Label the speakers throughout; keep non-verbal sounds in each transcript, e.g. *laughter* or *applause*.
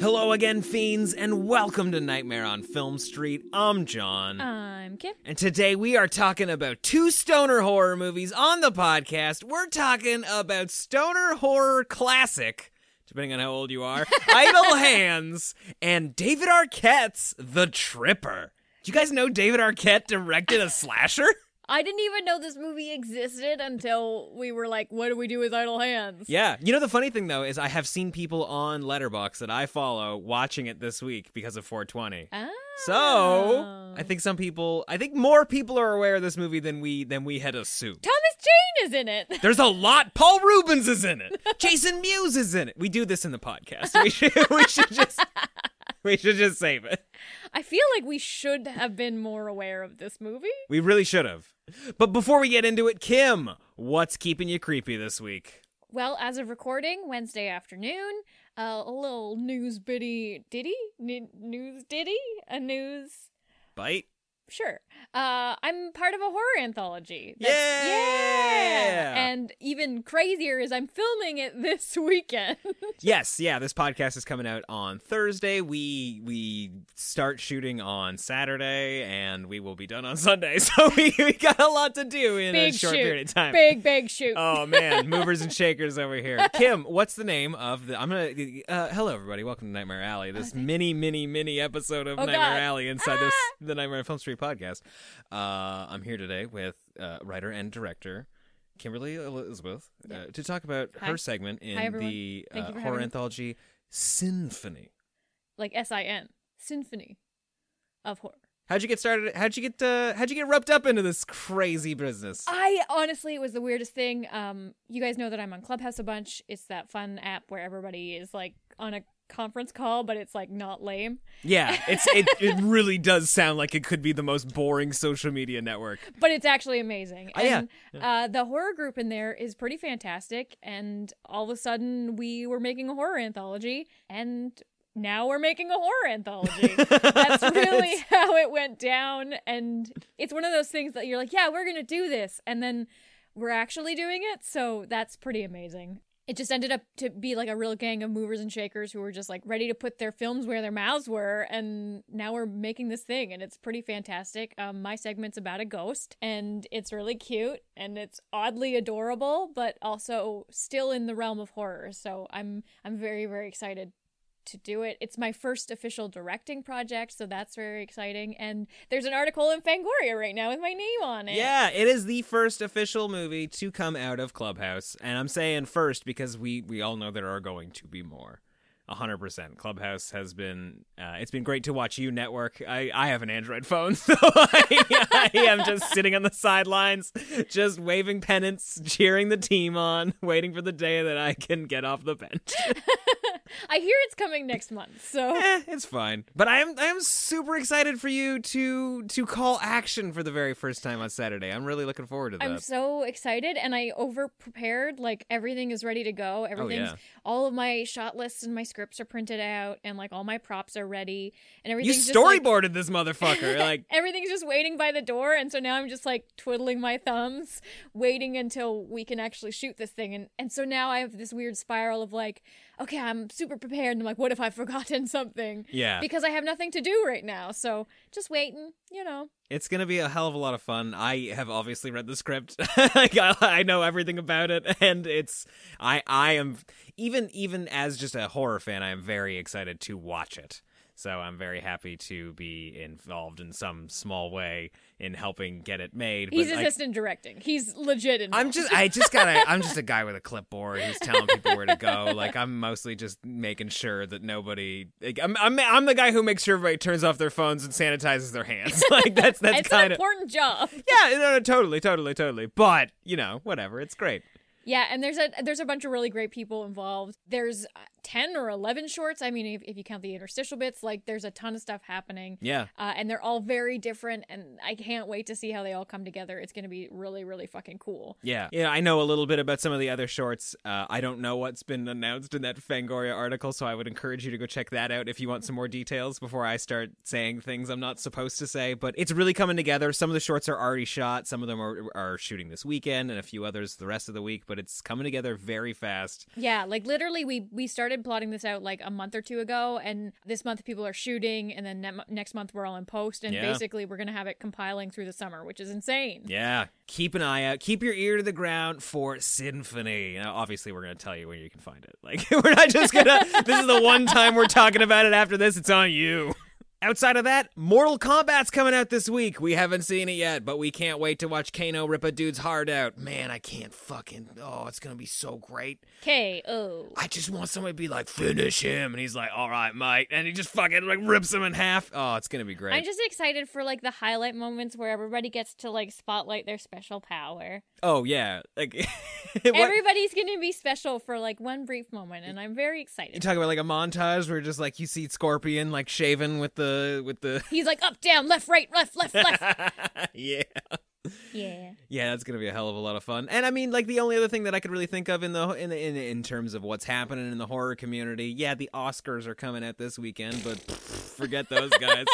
Speaker 1: Hello again, fiends, and welcome to Nightmare on Film Street. I'm John.
Speaker 2: I'm Kim.
Speaker 1: and today we are talking about two stoner horror movies on the podcast. We're talking about stoner horror classic, depending on how old you are, Idle Hands, and David Arquette's The Tripper. Do you guys know David Arquette directed a slasher?
Speaker 2: I didn't even know this movie existed until we were like, what do we do with idle hands?
Speaker 1: Yeah. You know the funny thing though is I have seen people on Letterbox that I follow watching it this week because of 420.
Speaker 2: Ah.
Speaker 1: So I think some people, I think more people are aware of this movie than we than we had assumed.
Speaker 2: Thomas Jane is in it. *laughs*
Speaker 1: There's a lot. Paul Rubens is in it. Jason Mewes is in it. We do this in the podcast. We should, *laughs* we should just we should just save it.
Speaker 2: I feel like we should have been more aware of this movie.
Speaker 1: We really should have. But before we get into it, Kim, what's keeping you creepy this week?
Speaker 2: Well, as of recording, Wednesday afternoon, uh, a little news bitty ditty, N- news ditty, a news.
Speaker 1: Bite.
Speaker 2: Sure. Uh, I'm part of a horror anthology.
Speaker 1: Yeah!
Speaker 2: yeah. And even crazier is I'm filming it *laughs* this weekend.
Speaker 1: Yes, yeah, this podcast is coming out on Thursday. We we start shooting on Saturday and we will be done on Sunday. *laughs* So we, we got a lot to do in
Speaker 2: big
Speaker 1: a short
Speaker 2: shoot.
Speaker 1: period of time.
Speaker 2: Big big *laughs* shoot.
Speaker 1: Oh man, movers and shakers over here. Kim, what's the name of the? I'm gonna. Uh, hello, everybody. Welcome to Nightmare Alley. This mini, mini, mini episode of
Speaker 2: Oh,
Speaker 1: Nightmare
Speaker 2: God. Ah!
Speaker 1: Alley inside this the Nightmare on Film Street podcast. Uh, I'm here today with uh, writer and director Kimberly Elizabeth uh, to talk about
Speaker 2: Hi.
Speaker 1: her segment in
Speaker 2: Hi, everyone.
Speaker 1: the
Speaker 2: Thank
Speaker 1: uh,
Speaker 2: you for
Speaker 1: horror
Speaker 2: having me.
Speaker 1: anthology Symphony.
Speaker 2: like S I N symphony of horror.
Speaker 1: How'd you get started? How'd you get? Uh, how'd you get roped up into this crazy business?
Speaker 2: I honestly it was the weirdest thing. Um, you guys know that I'm on Clubhouse a bunch. It's that fun app where everybody is like on a conference call, but it's like not lame.
Speaker 1: yeah, it's it, it. really does sound like it could be the most boring social media network.
Speaker 2: But it's actually amazing.
Speaker 1: Oh, yeah.
Speaker 2: And uh, the horror group in there is pretty fantastic. And all of a sudden, we were making a horror anthology, and now we're making a horror
Speaker 1: *laughs*
Speaker 2: anthology. That's really how it went down. And it's one of those things that you're like, yeah, we're going to do this. And then we're actually doing it. So that's pretty amazing. It just ended up to be like a real gang of movers and shakers who were just like ready to put their films where their mouths were. And now we're making this thing and it's pretty fantastic. Um, my segment's about a ghost and it's really cute and it's oddly adorable, but also still in the realm of horror. So I'm I'm very, very excited to do it. It's my first official directing project, so that's very exciting. And there's an article in Fangoria right now with my name on it.
Speaker 1: Yeah, it is the first official movie to come out of Clubhouse, and I'm saying first because we we all know there are going to be more. 100%. Clubhouse has been uh, it's been great to watch you network. I I have an Android phone, *laughs* so I, I am just sitting on the sidelines just waving pennants, cheering the team on, waiting for the day that I can get off the bench.
Speaker 2: I hear it's coming next
Speaker 1: *laughs*
Speaker 2: month, so
Speaker 1: Eh, it's fine. But I am I am super excited for you to to call action for the very first time on Saturday. I'm really looking forward to that.
Speaker 2: I'm so excited and I over prepared. Like everything is ready to go. Everything's
Speaker 1: Oh, yeah.
Speaker 2: all of my shot lists and my scripts are printed out and like all my props are ready and
Speaker 1: You
Speaker 2: everything's just, like-
Speaker 1: storyboarded this
Speaker 2: *laughs*
Speaker 1: motherfucker. Like,
Speaker 2: everything's just waiting by the door and so now i'm just like twiddling my thumbs waiting until we can actually shoot this thing and and so now i have this weird spiral of like okay i'm super prepared and i'm like what if i've *laughs* forgotten something
Speaker 1: yeah,
Speaker 2: because i have nothing to do right now so just waiting you know
Speaker 1: it's gonna be a hell of a lot of fun. I have obviously read the script. *laughs* like, I, I know everything about it, and it's I I am even even as just a horror fan, I am very excited to watch it. So I'm very happy to be involved in some small way in helping get it made.
Speaker 2: he's
Speaker 1: but I-
Speaker 2: assistant directing he's legit in
Speaker 1: I'm just I just gotta I'm just a guy with a clipboard who's telling people where to go. Like I'm mostly just making sure that nobody like, I'm, I'm I'm the guy who makes sure everybody turns off their phones and sanitizes their hands. *laughs* Like that's that's
Speaker 2: it's an
Speaker 1: kind of
Speaker 2: important job *laughs*
Speaker 1: Yeah, no no totally, totally, totally. But, you know, whatever, it's great.
Speaker 2: Yeah, and there's a there's a bunch of really great people involved. There's uh, 10 or 11 shorts. I mean, if, if you count the interstitial bits, like there's a ton of stuff happening.
Speaker 1: Yeah.
Speaker 2: Uh, and they're all very different. And I can't wait to see how they all come together. It's going to be really, really fucking cool.
Speaker 1: Yeah. Yeah, I know a little bit about some of the other shorts. Uh, I don't know what's been announced in that Fangoria article, so I would encourage you to go check that out if you want some more details before I start saying things I'm not supposed to say. But it's really coming together. Some of the shorts are already shot, some of them are, are shooting this weekend, and a few others the rest of the week, but it's coming together very fast.
Speaker 2: Yeah, like literally, we we started plotting this out like a month or two ago, and this month people are shooting, and then ne- next month we're all in post, and
Speaker 1: Yeah.
Speaker 2: basically we're gonna have it compiling through the summer, which is insane.
Speaker 1: Yeah. Keep an eye out. Keep your ear to the ground for Symphony. Now, obviously, we're going to tell you where you can find it. Like, *laughs* we're not just going to. This is the one time we're talking about it. After this, it's on you. Outside of that, Mortal Kombat's coming out this week. We haven't seen it yet, but we can't wait to watch Kano rip a dude's heart out. Man, I can't fucking. Oh, it's going to be so great.
Speaker 2: K O.
Speaker 1: I just want somebody to be like, finish him. And he's like, all right, mate. And he just fucking like rips him in half. Oh, it's going to be great.
Speaker 2: I'm just excited for like the highlight moments where everybody gets to like spotlight their special power.
Speaker 1: oh, yeah. Like, *laughs* what?
Speaker 2: Everybody's gonna be special for like one brief moment, and I'm very
Speaker 1: You
Speaker 2: excited.
Speaker 1: talk about like a montage where just like you see Scorpion like shaven with the with the *laughs*
Speaker 2: He's like up, down, left, right, left, left, left.
Speaker 1: yeah
Speaker 2: yeah.
Speaker 1: yeah that's gonna be a hell of a lot of fun and I mean like the only other thing that I could really think of in the in the, in, in terms of what's happening in the horror community yeah the Oscars are coming out this weekend but *laughs* forget those guys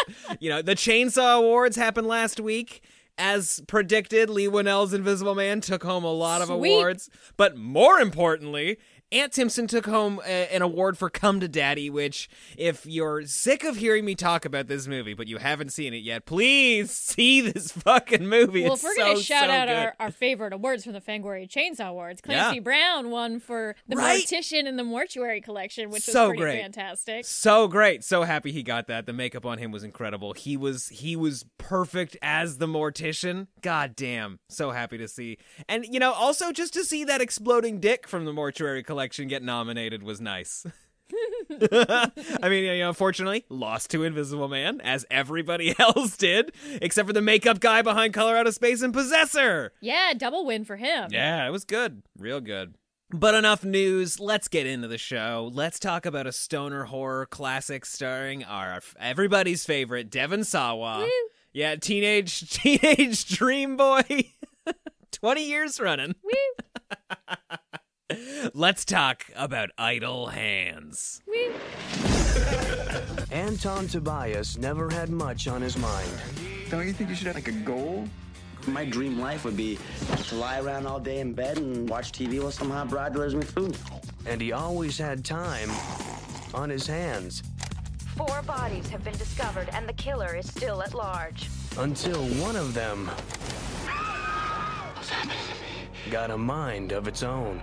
Speaker 1: you know the Chainsaw Awards happened last week. As predicted, Lee Winnell's Invisible Man took home a lot of
Speaker 2: Sweet.
Speaker 1: awards, but more importantly, Aunt Timpson took home a- an award for Come to Daddy, which, if you're sick of hearing me talk about this movie, but you haven't seen it yet, please *laughs* see this fucking movie.
Speaker 2: Well,
Speaker 1: It's
Speaker 2: if we're gonna
Speaker 1: so,
Speaker 2: shout
Speaker 1: so
Speaker 2: out
Speaker 1: good.
Speaker 2: our, our favorite awards from the Fangoria Chainsaw Awards, Clancy
Speaker 1: Yeah.
Speaker 2: Brown won for the
Speaker 1: Right?
Speaker 2: Mortician in the Mortuary Collection, which
Speaker 1: So
Speaker 2: was pretty
Speaker 1: great.
Speaker 2: fantastic.
Speaker 1: So great. So happy he got that. The makeup on him was incredible. He was he was perfect as the mortician. God damn. So happy to see. And you know, also just to see that exploding dick from the mortuary collection get nominated was nice. *laughs* I mean, you know, unfortunately, lost to Invisible Man, as everybody *laughs* else did, except for the makeup guy behind Colorado Space and Possessor.
Speaker 2: Yeah, double win for him.
Speaker 1: Yeah, it was good. Real good. But enough news. Let's get into the show. Let's talk about a stoner horror classic starring our everybody's favorite Devon Sawa.
Speaker 2: Woo.
Speaker 1: Yeah, teenage *laughs* teenage dream boy. *laughs* 20 years running.
Speaker 2: Woo,
Speaker 1: *laughs* Let's talk about Idle Hands.
Speaker 2: woo.
Speaker 3: Anton Tobias never had much on his mind.
Speaker 4: Don't you think you should have like a goal?
Speaker 5: My dream life would be to lie around all day in bed and watch TV while some hot broad delivers me food.
Speaker 3: and he always had time on his hands
Speaker 6: Four bodies have been discovered, and the killer is still at large.
Speaker 3: until one of them got a mind of its own.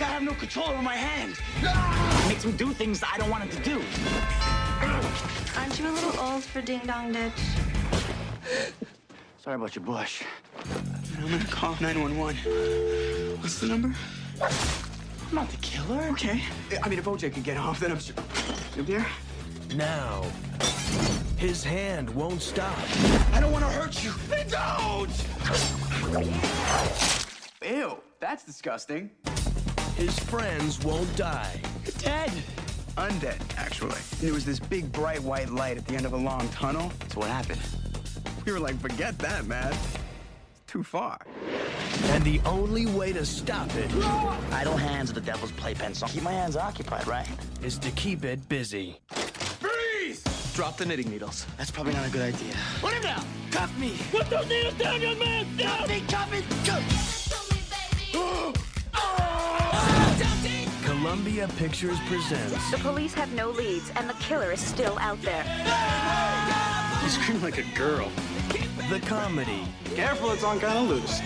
Speaker 5: I have no control over my hands. makes me do things I don't want it to do.
Speaker 7: Aren't you a little old for Ding Dong Ditch?
Speaker 5: Sorry about your bush.
Speaker 4: I'm gonna call 911. What's the number?
Speaker 5: I'm not the killer.
Speaker 4: Okay. I mean, if OJ could get off, then I'm sure. You there?
Speaker 3: Now, his hand won't stop
Speaker 4: I don't want to hurt you. They don't. Ew, that's disgusting.
Speaker 3: his friends won't die
Speaker 4: Dead. Undead, actually. And there was this big bright white light at the end of a long tunnel. That's what happened. We were like, forget that, man. It's too far.
Speaker 3: and the only way to stop it
Speaker 5: Idle hands are the devil's playpen, so keep my hands occupied, right?
Speaker 3: is to keep it busy
Speaker 4: Freeze! Drop the knitting needles.
Speaker 5: That's probably not a good idea.
Speaker 4: Put him down! Cuff me!
Speaker 5: Cup me, cup me, cup.
Speaker 3: columbia pictures presents
Speaker 6: The police have no leads, and the killer is still out there.
Speaker 4: You scream like a girl.
Speaker 3: the comedy
Speaker 4: Careful, it's on kind of loose.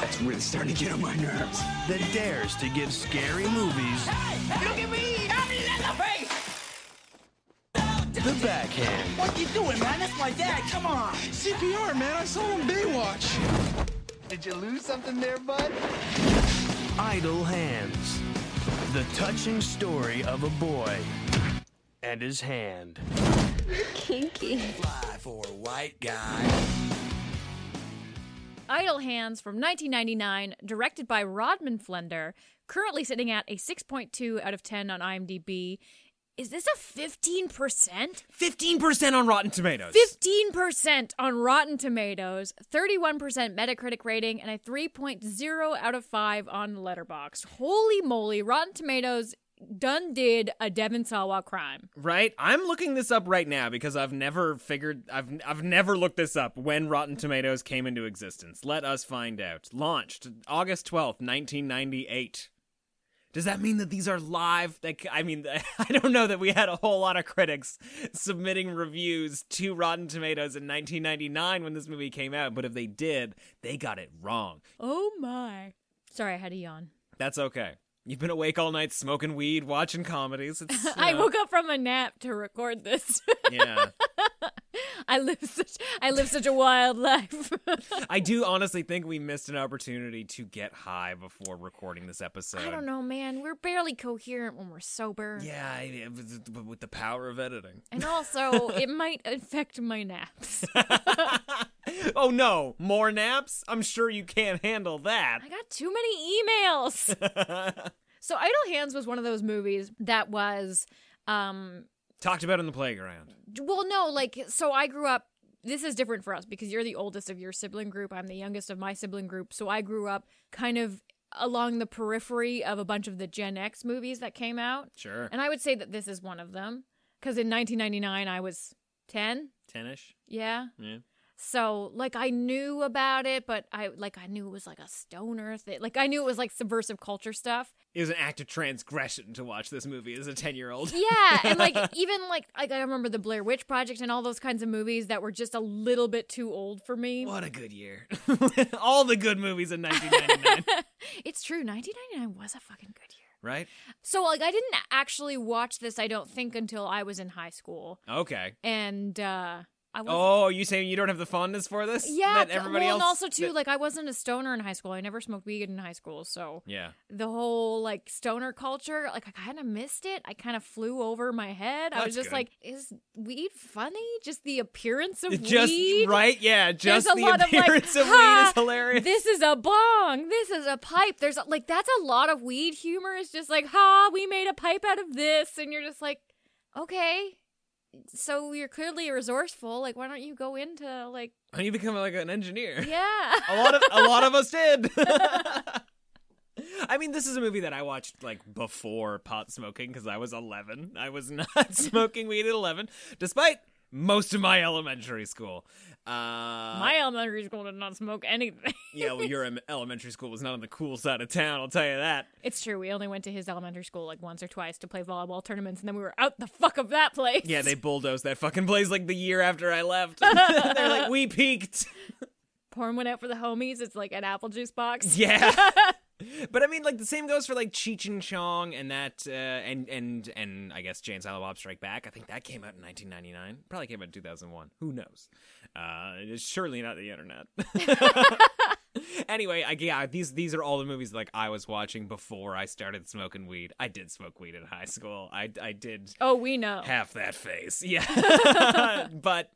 Speaker 4: That's really starting to get on my nerves.
Speaker 3: that dares to give scary movies
Speaker 5: Look at me!
Speaker 3: the backhand
Speaker 5: What you doing, man? That's my dad. Come on.
Speaker 4: CPR, man, I saw him Baywatch. Did you lose something there, bud?
Speaker 3: Idle Hands. The touching story of a boy and his hand.
Speaker 7: Kinky.
Speaker 2: Idle Hands from 1999, directed by Rodman Flender, currently sitting at a 6.2 out of 10 on IMDb. Is this a 15%?
Speaker 1: Fifteen percent on Rotten Tomatoes.
Speaker 2: 15% on Rotten Tomatoes, 31% Metacritic rating, and a 3.0 out of 5 on Letterboxd. Holy moly, Rotten Tomatoes done did a Devon Sawa crime.
Speaker 1: Right? I'm looking this up right now because I've never figured I've I've never looked this up when Rotten Tomatoes came into existence. Let us find out. Launched August 12th, 1998. Does that mean that these are live? Like I mean *laughs* I don't know that we had a whole lot of critics submitting reviews to Rotten Tomatoes in 1999 when this movie came out, but if they did, they got it wrong.
Speaker 2: Oh my. Sorry, I had a yawn.
Speaker 1: That's okay. You've been awake all night smoking weed, watching comedies.
Speaker 2: *laughs*
Speaker 1: It's, you
Speaker 2: I
Speaker 1: know,
Speaker 2: woke up from a nap to record this. *laughs*
Speaker 1: Yeah.
Speaker 2: I live such I live such a wild life. *laughs*
Speaker 1: I do honestly think we missed an opportunity to get high before recording this episode.
Speaker 2: I don't know, man. We're barely coherent when we're sober.
Speaker 1: Yeah, I- it was- but with the power of editing.
Speaker 2: And also, it might affect my naps.
Speaker 1: Oh no, more naps? I'm sure you can't handle that.
Speaker 2: I got too many emails.
Speaker 1: *laughs*
Speaker 2: so Idle Hands was one of those movies that was um
Speaker 1: Talked about in the playground.
Speaker 2: well no, like so I grew up this is different for us because you're the oldest of your sibling group. I'm the youngest of my sibling group. So I grew up kind of along the periphery of a bunch of the Gen X movies that came out.
Speaker 1: Sure.
Speaker 2: And I would say that this is one of them cuz in 1999 I was 10.
Speaker 1: Tenish.
Speaker 2: Yeah.
Speaker 1: Yeah.
Speaker 2: So like I knew about it, but I like I knew it was like a stoner thing. Like I knew it was like subversive culture stuff.
Speaker 1: It was an act of transgression to watch this movie as a 10 year
Speaker 2: *laughs*
Speaker 1: old.
Speaker 2: Yeah,
Speaker 1: *laughs*
Speaker 2: and like even like I, I remember the Blair Witch Project and all those kinds of movies that were just a little bit too old for me.
Speaker 1: What a good year. *laughs* All the good movies in
Speaker 2: *laughs*
Speaker 1: 1999,
Speaker 2: It's true, 1999 was a fucking good year.
Speaker 1: right?
Speaker 2: So like I didn't actually watch this, I don't think, until I was in high school,
Speaker 1: Okay.
Speaker 2: and uh I was.
Speaker 1: Oh, you saying you don't have the fondness for this?
Speaker 2: Yeah,
Speaker 1: That
Speaker 2: c-
Speaker 1: everybody
Speaker 2: well, and
Speaker 1: else
Speaker 2: also too,
Speaker 1: that-
Speaker 2: like I wasn't a stoner in high school. I never smoked weed in high school, so
Speaker 1: yeah.
Speaker 2: the whole like stoner culture like i kind of missed it i kind of flew over my head i was
Speaker 1: That's
Speaker 2: just
Speaker 1: good.
Speaker 2: like is weed funny just the appearance of
Speaker 1: just
Speaker 2: weed
Speaker 1: right, yeah.
Speaker 2: There's
Speaker 1: Just
Speaker 2: a
Speaker 1: the
Speaker 2: lot of like, *laughs*
Speaker 1: appearance of, weed
Speaker 2: "Ha,
Speaker 1: is hilarious.
Speaker 2: This is a bong. This is a pipe. There's like that's a lot of weed humor. It's just like, ha, we made a pipe out of this, and you're just like, okay, so you're clearly resourceful. Like, why don't you go into like, *laughs*
Speaker 1: Why don't you become like an engineer?
Speaker 2: yeah,
Speaker 1: *laughs* A lot of a lot of us did. *laughs* I mean, this is a movie that I watched like before pot smoking because I was 11. I was *laughs* not smoking weed at 11, despite most of my elementary school. Uh,
Speaker 2: *laughs* my elementary school did not smoke anything. *laughs*
Speaker 1: yeah, well, your em- elementary school was not on the cool side of town. I'll tell you that.
Speaker 2: It's true. We only went to his elementary school like once or twice to play volleyball tournaments, and then we were out the fuck of that place.
Speaker 1: Yeah, they bulldozed that fucking place like the year after I left. *laughs* They're like, we peaked.
Speaker 2: Porn went out for the homies. It's like an apple juice box.
Speaker 1: *laughs* Yeah. But I mean, like the same goes for like Cheech and Chong and that, uh, and and and I guess Jay and Silent Bob Strike Back. I think that came out in 1999. Probably came out in 2001. Who knows? Uh, it's surely not the
Speaker 2: *laughs*
Speaker 1: internet. *laughs* anyway, I, yeah, these these are all the movies like I was watching before I started smoking weed. I did smoke weed in high school. I I did
Speaker 2: Oh, we know.
Speaker 1: half that face. *laughs*
Speaker 2: *laughs*
Speaker 1: Yeah, but.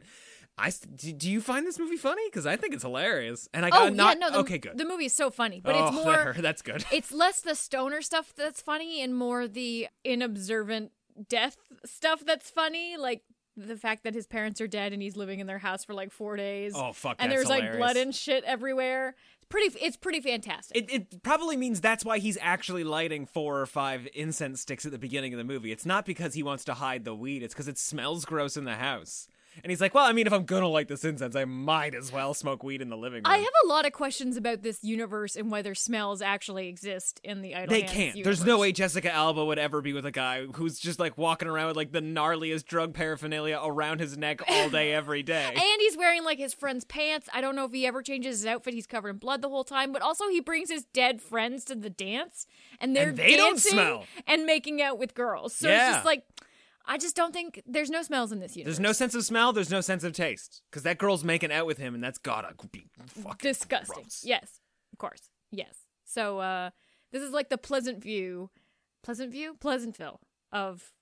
Speaker 1: I s- do- do you find this movie funny? Because I think it's hilarious, and I
Speaker 2: oh,
Speaker 1: got not
Speaker 2: yeah, no. The,
Speaker 1: okay, good.
Speaker 2: The movie is so funny, but
Speaker 1: oh, *laughs*
Speaker 2: it's
Speaker 1: that
Speaker 2: more.
Speaker 1: hurt. that's good.
Speaker 2: It's less the stoner stuff that's funny and more the inobservant death stuff that's funny, like the fact that his parents are dead and he's living in their house for like four days.
Speaker 1: Oh, fuck,
Speaker 2: And
Speaker 1: that's
Speaker 2: there's like blood
Speaker 1: hilarious.
Speaker 2: and shit everywhere. It's pretty. It's pretty fantastic.
Speaker 1: It, it probably means that's why he's actually lighting four or five incense sticks at the beginning of the movie. It's not because he wants to hide the weed, it's because it smells gross in the house. And he's like, well, I mean, if I'm gonna light this incense, I might as well smoke weed in the living room.
Speaker 2: I have a lot of questions about this universe and whether smells actually exist in the Idle
Speaker 1: they
Speaker 2: Hands
Speaker 1: can't.
Speaker 2: Universe.
Speaker 1: There's no way Jessica Alba would ever be with a guy who's just like walking around with like the gnarliest drug paraphernalia around his neck all day,
Speaker 2: *laughs*
Speaker 1: every day.
Speaker 2: And he's wearing like his friend's pants. I don't know if he ever changes his outfit. He's covered in blood the whole time. But also, he brings his dead friends to the dance, and they're
Speaker 1: And they don't
Speaker 2: dancing
Speaker 1: smell.
Speaker 2: and making out with girls. So
Speaker 1: Yeah.
Speaker 2: it's just like, I just don't think there's no smells in this universe.
Speaker 1: There's no sense of smell, there's no sense of taste. Because that girl's making out with him, and that's gotta be fucking
Speaker 2: disgusting.
Speaker 1: gross.
Speaker 2: Yes, of course. Yes. So uh, this is like the Pleasant View, Pleasant View, Pleasantville of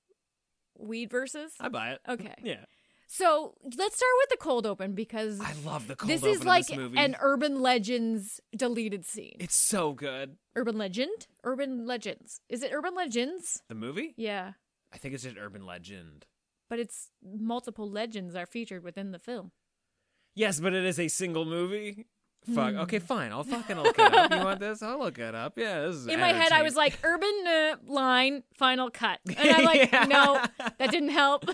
Speaker 2: weed versus.
Speaker 1: I buy it.
Speaker 2: Okay.
Speaker 1: Yeah.
Speaker 2: So let's start with the cold open because
Speaker 1: I love the cold
Speaker 2: this
Speaker 1: open
Speaker 2: is
Speaker 1: of
Speaker 2: like
Speaker 1: this movie.
Speaker 2: an urban legends deleted scene.
Speaker 1: it's so good.
Speaker 2: urban legend? Urban legends. Is it urban legends?
Speaker 1: The movie?
Speaker 2: Yeah.
Speaker 1: I think it's just urban legend.
Speaker 2: But it's multiple legends are featured within the film.
Speaker 1: Yes, but it is a single movie.
Speaker 2: Hmm.
Speaker 1: Fuck. Okay, fine. I'll fucking look it up. You want this? I'll look it up. Yeah, this is
Speaker 2: In my head, I
Speaker 1: entertaining.
Speaker 2: was like, urban uh, line, final cut. And I'm like, no, that didn't help.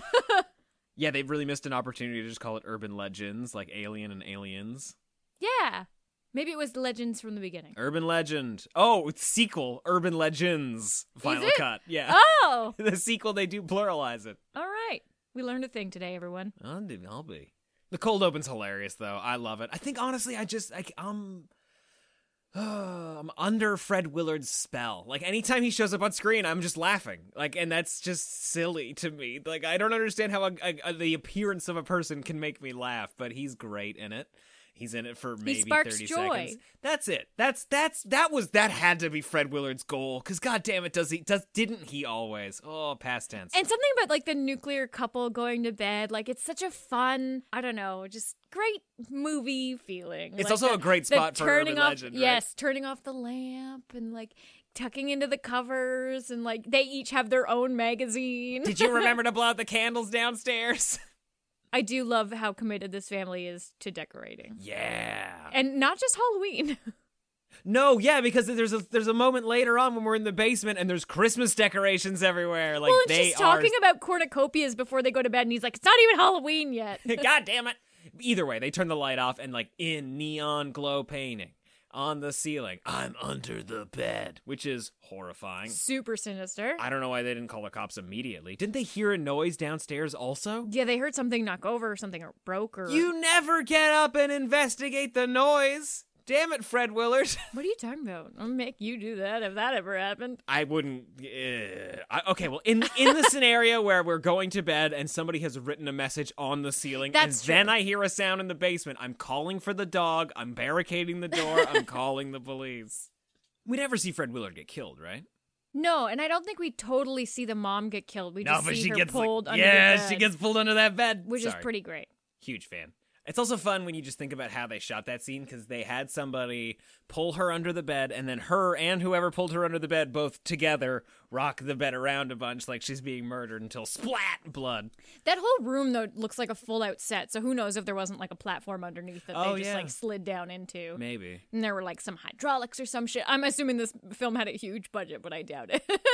Speaker 2: *laughs*
Speaker 1: yeah, they really missed an opportunity to just call it urban legends, like Alien and Aliens.
Speaker 2: yeah. Maybe it was legends from the beginning.
Speaker 1: Urban Legend. Oh, it's sequel. Urban Legends. Final
Speaker 2: it?
Speaker 1: cut. Yeah.
Speaker 2: Oh,
Speaker 1: *laughs* the sequel, they do pluralize it.
Speaker 2: all right. We learned a thing today, everyone.
Speaker 1: I'll be- I'll be. The cold open's hilarious though. I love it. I think honestly, I just I, I'm *sighs* I'm under Fred Willard's spell. Like anytime he shows up on screen, I'm just laughing. Like, and that's just silly to me. Like I don't understand how a, a- a- the appearance of a person can make me laugh, but he's great in it. He's in it for maybe
Speaker 2: sparks
Speaker 1: 30
Speaker 2: joy.
Speaker 1: seconds. That's it. That's that's that was that had to be Fred Willard's goal. Cause goddamn it, does he does didn't he always? Oh, past tense.
Speaker 2: And something about like the nuclear couple going to bed. Like it's such a fun, I don't know, just great movie feeling.
Speaker 1: It's
Speaker 2: Like,
Speaker 1: also
Speaker 2: the-
Speaker 1: a great
Speaker 2: the
Speaker 1: spot for
Speaker 2: turning
Speaker 1: Urban
Speaker 2: off,
Speaker 1: Legend, right?
Speaker 2: Yes, turning off the lamp and like tucking into the covers and like they each have their own magazine.
Speaker 1: Did you
Speaker 2: *laughs*
Speaker 1: remember to blow out the candles downstairs?
Speaker 2: I do love how committed this family is to decorating.
Speaker 1: Yeah.
Speaker 2: And not just Halloween.
Speaker 1: No, yeah, because there's a there's a moment later on when we're in the basement and there's Christmas decorations everywhere. Like
Speaker 2: *laughs* well, and
Speaker 1: they
Speaker 2: she's
Speaker 1: are.
Speaker 2: talking about cornucopias before they go to bed, and he's like, "It's not even
Speaker 1: *laughs*
Speaker 2: Halloween yet."
Speaker 1: God damn it! Either way, they turn the light off and like in neon glow painting on the ceiling. I'm under the bed, which is horrifying.
Speaker 2: Super sinister.
Speaker 1: I don't know why they didn't call the cops immediately. Didn't they hear a noise downstairs also?
Speaker 2: yeah, they heard something knock over, or something broke, or
Speaker 1: You never get up and investigate the noise. Damn it, Fred Willard. *laughs*
Speaker 2: What are you talking about? I'll make you do that if that ever happened.
Speaker 1: I wouldn't. Uh, I, okay, well, in in the scenario where we're going to bed and somebody has written a message on the ceiling,
Speaker 2: That's
Speaker 1: and
Speaker 2: true.
Speaker 1: then I hear a sound in the basement, I'm calling for the dog. I'm barricading the door.
Speaker 2: *laughs*
Speaker 1: I'm calling the police. We never see Fred Willard get killed, right?
Speaker 2: No, and I don't think we totally see the mom get killed. We just see her
Speaker 1: like-
Speaker 2: pulled under
Speaker 1: yeah,
Speaker 2: the bed,
Speaker 1: she gets pulled under that bed,
Speaker 2: which
Speaker 1: Sorry.
Speaker 2: is pretty great.
Speaker 1: huge fan. It's also fun when you just think about how they shot that scene because they had somebody pull her under the bed, and then her and whoever pulled her under the bed both together rock the bed around a bunch like she's being murdered until splat blood.
Speaker 2: That whole room though looks like a full out set, so who knows if there wasn't like a platform underneath that
Speaker 1: Oh,
Speaker 2: they just
Speaker 1: yeah.
Speaker 2: like slid down into.
Speaker 1: Maybe.
Speaker 2: And there were like some hydraulics or some shit. I'm assuming this film had a huge budget, but I doubt it. *laughs*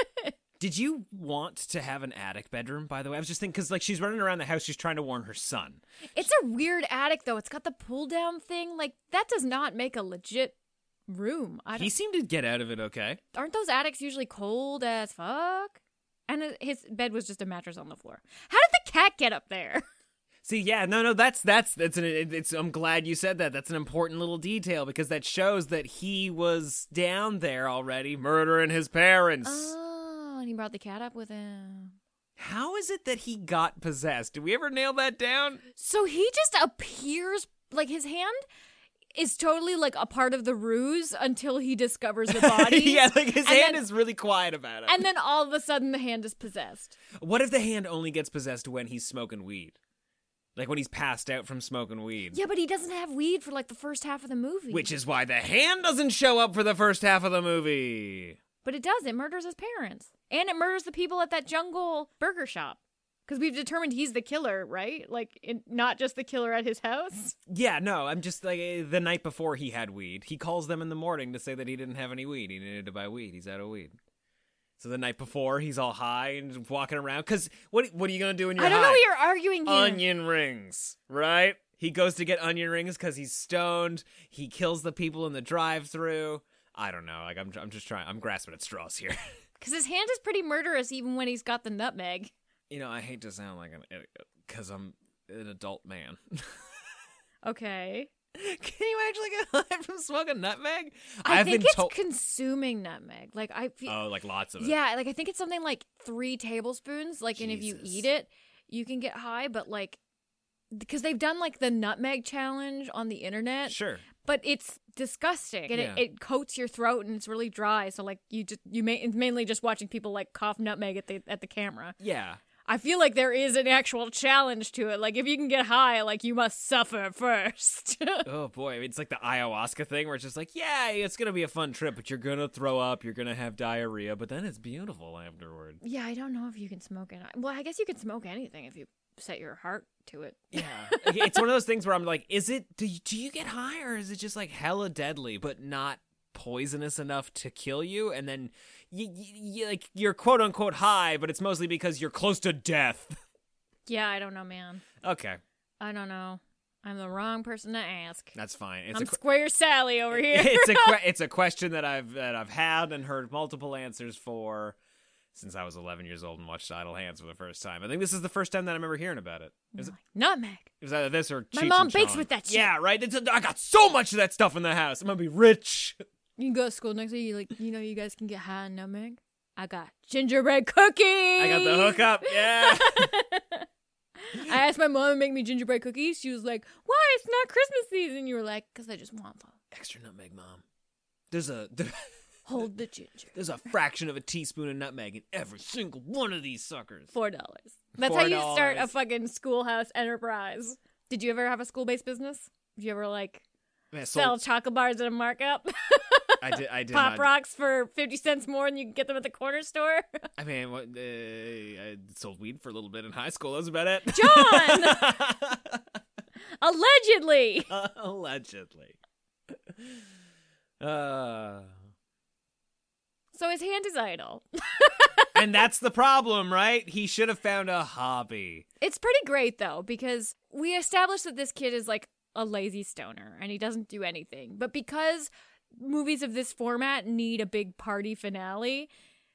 Speaker 1: Did you want to have an attic bedroom, by the way? I was just thinking because like she's running around the house, she's trying to warn her son.
Speaker 2: it's a weird attic though. It's got the pull down thing. Like that does not make a legit room. I don't
Speaker 1: He seemed to get out of it okay.
Speaker 2: aren't those attics usually cold as fuck? And uh, his bed was just a mattress on the floor. How did the cat get up there? *laughs*
Speaker 1: See, yeah, no, no, that's that's that's an it- it's. I'm glad you said that. That's an important little detail because that shows that he was down there already, murdering his parents.
Speaker 2: Oh, and he brought the cat up with him.
Speaker 1: How is it that he got possessed? Did we ever nail that
Speaker 2: *laughs*
Speaker 1: down?
Speaker 2: So he just appears like his hand is totally like a part of the ruse until he discovers *laughs* the body.
Speaker 1: *laughs* yeah, like his
Speaker 2: And
Speaker 1: hand
Speaker 2: then-
Speaker 1: is really quiet about it.
Speaker 2: And then all of a sudden the hand is possessed.
Speaker 1: what if the hand only gets possessed when he's smoking weed? Like when he's passed out from smoking weed.
Speaker 2: Yeah, but he doesn't have weed for like the first half of the movie.
Speaker 1: Which is why the hand doesn't show up for the first half of the movie.
Speaker 2: But it does. It murders his parents. And it murders the people at that jungle burger shop. Because we've determined he's the killer, right? Like, it, not just the killer at his house.
Speaker 1: Yeah, no, I'm just like eh, the night before he had weed. He calls them in the morning to say that he didn't have any weed. He needed to buy weed. He's out of weed. So the night before, he's all high and walking around. Cause what what are you gonna do when you're
Speaker 2: I don't
Speaker 1: high?
Speaker 2: know what you're arguing here.
Speaker 1: onion rings, right? He goes to get onion rings because he's stoned. He kills the people in the drive-through. I don't know. Like I'm, I'm just trying. I'm grasping at straws here. *laughs*
Speaker 2: Because his hand is pretty murderous even when he's got the nutmeg.
Speaker 1: you know, I hate to sound like an idiot because I'm an adult man. *laughs*
Speaker 2: Okay.
Speaker 1: Can you actually get *laughs* high from smoking nutmeg?
Speaker 2: I
Speaker 1: I've
Speaker 2: think
Speaker 1: been
Speaker 2: it's
Speaker 1: told.
Speaker 2: consuming nutmeg. Like, I feel.
Speaker 1: oh, like lots of it.
Speaker 2: yeah, like, I think it's something like three tablespoons. Like, and if you
Speaker 1: Jesus.
Speaker 2: eat it, you can get high, but like. Because they've done like the nutmeg challenge on the internet.
Speaker 1: Sure.
Speaker 2: but it's disgusting and
Speaker 1: Yeah.
Speaker 2: it, it coats your throat and it's really dry so like you just you may it's mainly just watching people like cough nutmeg at the at the camera
Speaker 1: Yeah.
Speaker 2: I feel like there is an actual challenge to it. Like if you can get high, like you must suffer *laughs* first.
Speaker 1: Oh boy, it's like the ayahuasca thing where it's just like, yeah, it's gonna be a fun trip, but you're gonna throw up, you're gonna have diarrhea, but then it's beautiful afterward.
Speaker 2: yeah, I don't know if you can smoke it. Well, I guess you can smoke anything if you set your heart to it.
Speaker 1: Yeah, it's one of those things where I'm like, is it? Do you, do you get high, or is it just like hella deadly, but not poisonous enough to kill you? And then you, you, you like you're quote unquote high, but it's mostly because you're close to death.
Speaker 2: Yeah, I don't know, man.
Speaker 1: okay,
Speaker 2: I don't know. I'm the wrong person to ask.
Speaker 1: that's fine. It's
Speaker 2: I'm
Speaker 1: a
Speaker 2: *laughs*
Speaker 1: que-
Speaker 2: Square
Speaker 1: *laughs*
Speaker 2: Sally over here.
Speaker 1: it's a que- it's a question that I've that I've had and heard multiple answers for since I was 11 years old and watched Idle Hands for the first time. I think this is the first time that I remember hearing about it. It was, it
Speaker 2: *laughs* Nutmeg.
Speaker 1: was either this or
Speaker 2: My
Speaker 1: Cheech
Speaker 2: mom
Speaker 1: and
Speaker 2: bakes
Speaker 1: Chong.
Speaker 2: with that shit.
Speaker 1: Yeah, right. It's a, I got so much of that stuff in the house. I'm gonna be rich.
Speaker 2: You can go to school next week. You like, you know, you guys can get high on nutmeg. I got gingerbread cookies.
Speaker 1: I
Speaker 2: I
Speaker 1: got the hookup. Yeah.
Speaker 2: I asked my mom to make me gingerbread cookies. She was like, "Why? It's not Christmas season." You were like, "Cause I just want them.
Speaker 1: Extra nutmeg, mom. There's a
Speaker 2: Hold the ginger.
Speaker 1: there's a fraction of a teaspoon of nutmeg in every single one of these suckers.
Speaker 2: Four dollars. That's how you start a
Speaker 1: $4.
Speaker 2: fucking schoolhouse enterprise. Did you ever have a school-based business? Did you ever like
Speaker 1: Man, I
Speaker 2: sell
Speaker 1: sold-
Speaker 2: chocolate bars at a markup?
Speaker 1: I did. I did.
Speaker 2: Pop
Speaker 1: not-
Speaker 2: rocks for fifty cents more than you can get them at the
Speaker 1: *laughs*
Speaker 2: corner store.
Speaker 1: I mean, what, uh, I sold weed for a little bit in high school. That was about *laughs* it.
Speaker 2: John, allegedly.
Speaker 1: *laughs* Allegedly. Uh,
Speaker 2: So his hand is idle.
Speaker 1: and that's the problem, right? He should have found a hobby.
Speaker 2: It's pretty great though because we established that this kid is like a lazy stoner and he doesn't do anything. But because movies of this format need a big party finale,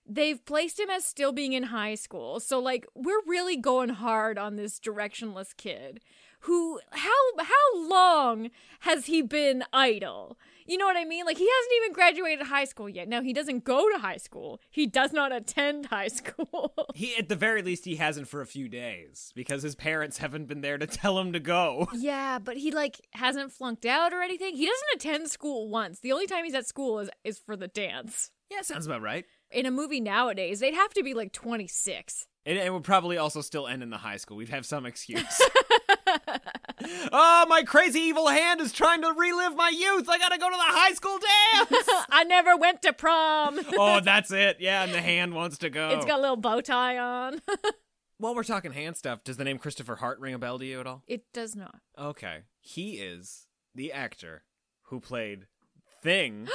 Speaker 2: they've placed him as still being in high school. So like we're really going hard on this directionless kid who how how long has he been idle? You know what I mean? Like he hasn't even graduated high school yet. Now he doesn't go to high school. He does not attend high *laughs* school.
Speaker 1: He, at the very least, he hasn't for a few days because his parents haven't been there to tell him to go.
Speaker 2: Yeah, but he like hasn't flunked out or anything. He doesn't attend school once. The only time he's at school is is for the dance.
Speaker 1: Yeah, sounds about right.
Speaker 2: In a movie nowadays, they'd have to be like 26.
Speaker 1: And it would probably also still end in the high school. We'd have some
Speaker 2: *laughs*
Speaker 1: excuse. *laughs* oh, my crazy evil hand is trying to relive my youth. I gotta go to the high school
Speaker 2: *laughs*
Speaker 1: dance.
Speaker 2: *laughs* I never went
Speaker 1: *laughs*
Speaker 2: to prom. *laughs*
Speaker 1: oh, that's it. Yeah, and the hand wants to go.
Speaker 2: It's got a little bow tie on. *laughs*
Speaker 1: While we're talking hand stuff, does the name Christopher Hart ring a bell to you at all?
Speaker 2: it does not.
Speaker 1: Okay. He is the actor who played
Speaker 2: *gasps*
Speaker 1: Thing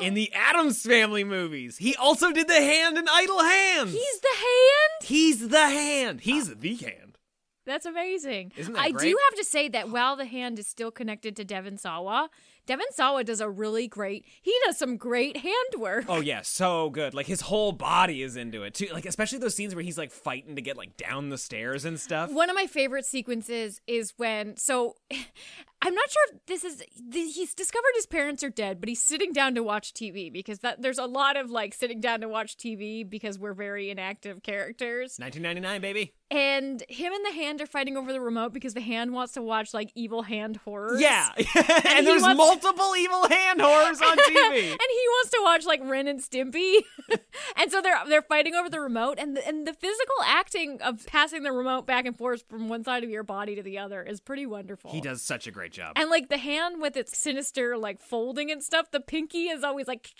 Speaker 1: in the Adams Family movies. He also did the hand in Idle Hands.
Speaker 2: He's the hand?
Speaker 1: He's the hand. He's the hand.
Speaker 2: That's amazing.
Speaker 1: Isn't that
Speaker 2: I
Speaker 1: great?
Speaker 2: do have to say that while the hand is still connected to Devon Sawa, Devon Sawa does a really great, he does some great hand work.
Speaker 1: Oh yeah, so good. Like his whole body is into it too. Like especially those scenes where he's like fighting to get like down the stairs and stuff.
Speaker 2: One of my favorite sequences is when so *laughs* I'm not sure if this is th- he's discovered his parents are dead, but he's sitting down to watch TV because that there's a lot of like sitting down to watch TV because we're very inactive characters.
Speaker 1: 1999, baby.
Speaker 2: And him and the hand are fighting over the remote because the hand wants to watch like evil hand horror. *laughs*
Speaker 1: Yeah,
Speaker 2: he
Speaker 1: *laughs* and there's
Speaker 2: wants-
Speaker 1: multiple evil hand horrors
Speaker 2: *laughs*
Speaker 1: on TV.
Speaker 2: and he wants to watch like Ren and Stimpy, *laughs* and so they're they're fighting over the remote, and the, and the physical acting of passing the remote back and forth from one side of your body to the other is pretty wonderful.
Speaker 1: he does such a great job.
Speaker 2: And like the hand with its sinister like folding and stuff, the pinky is always like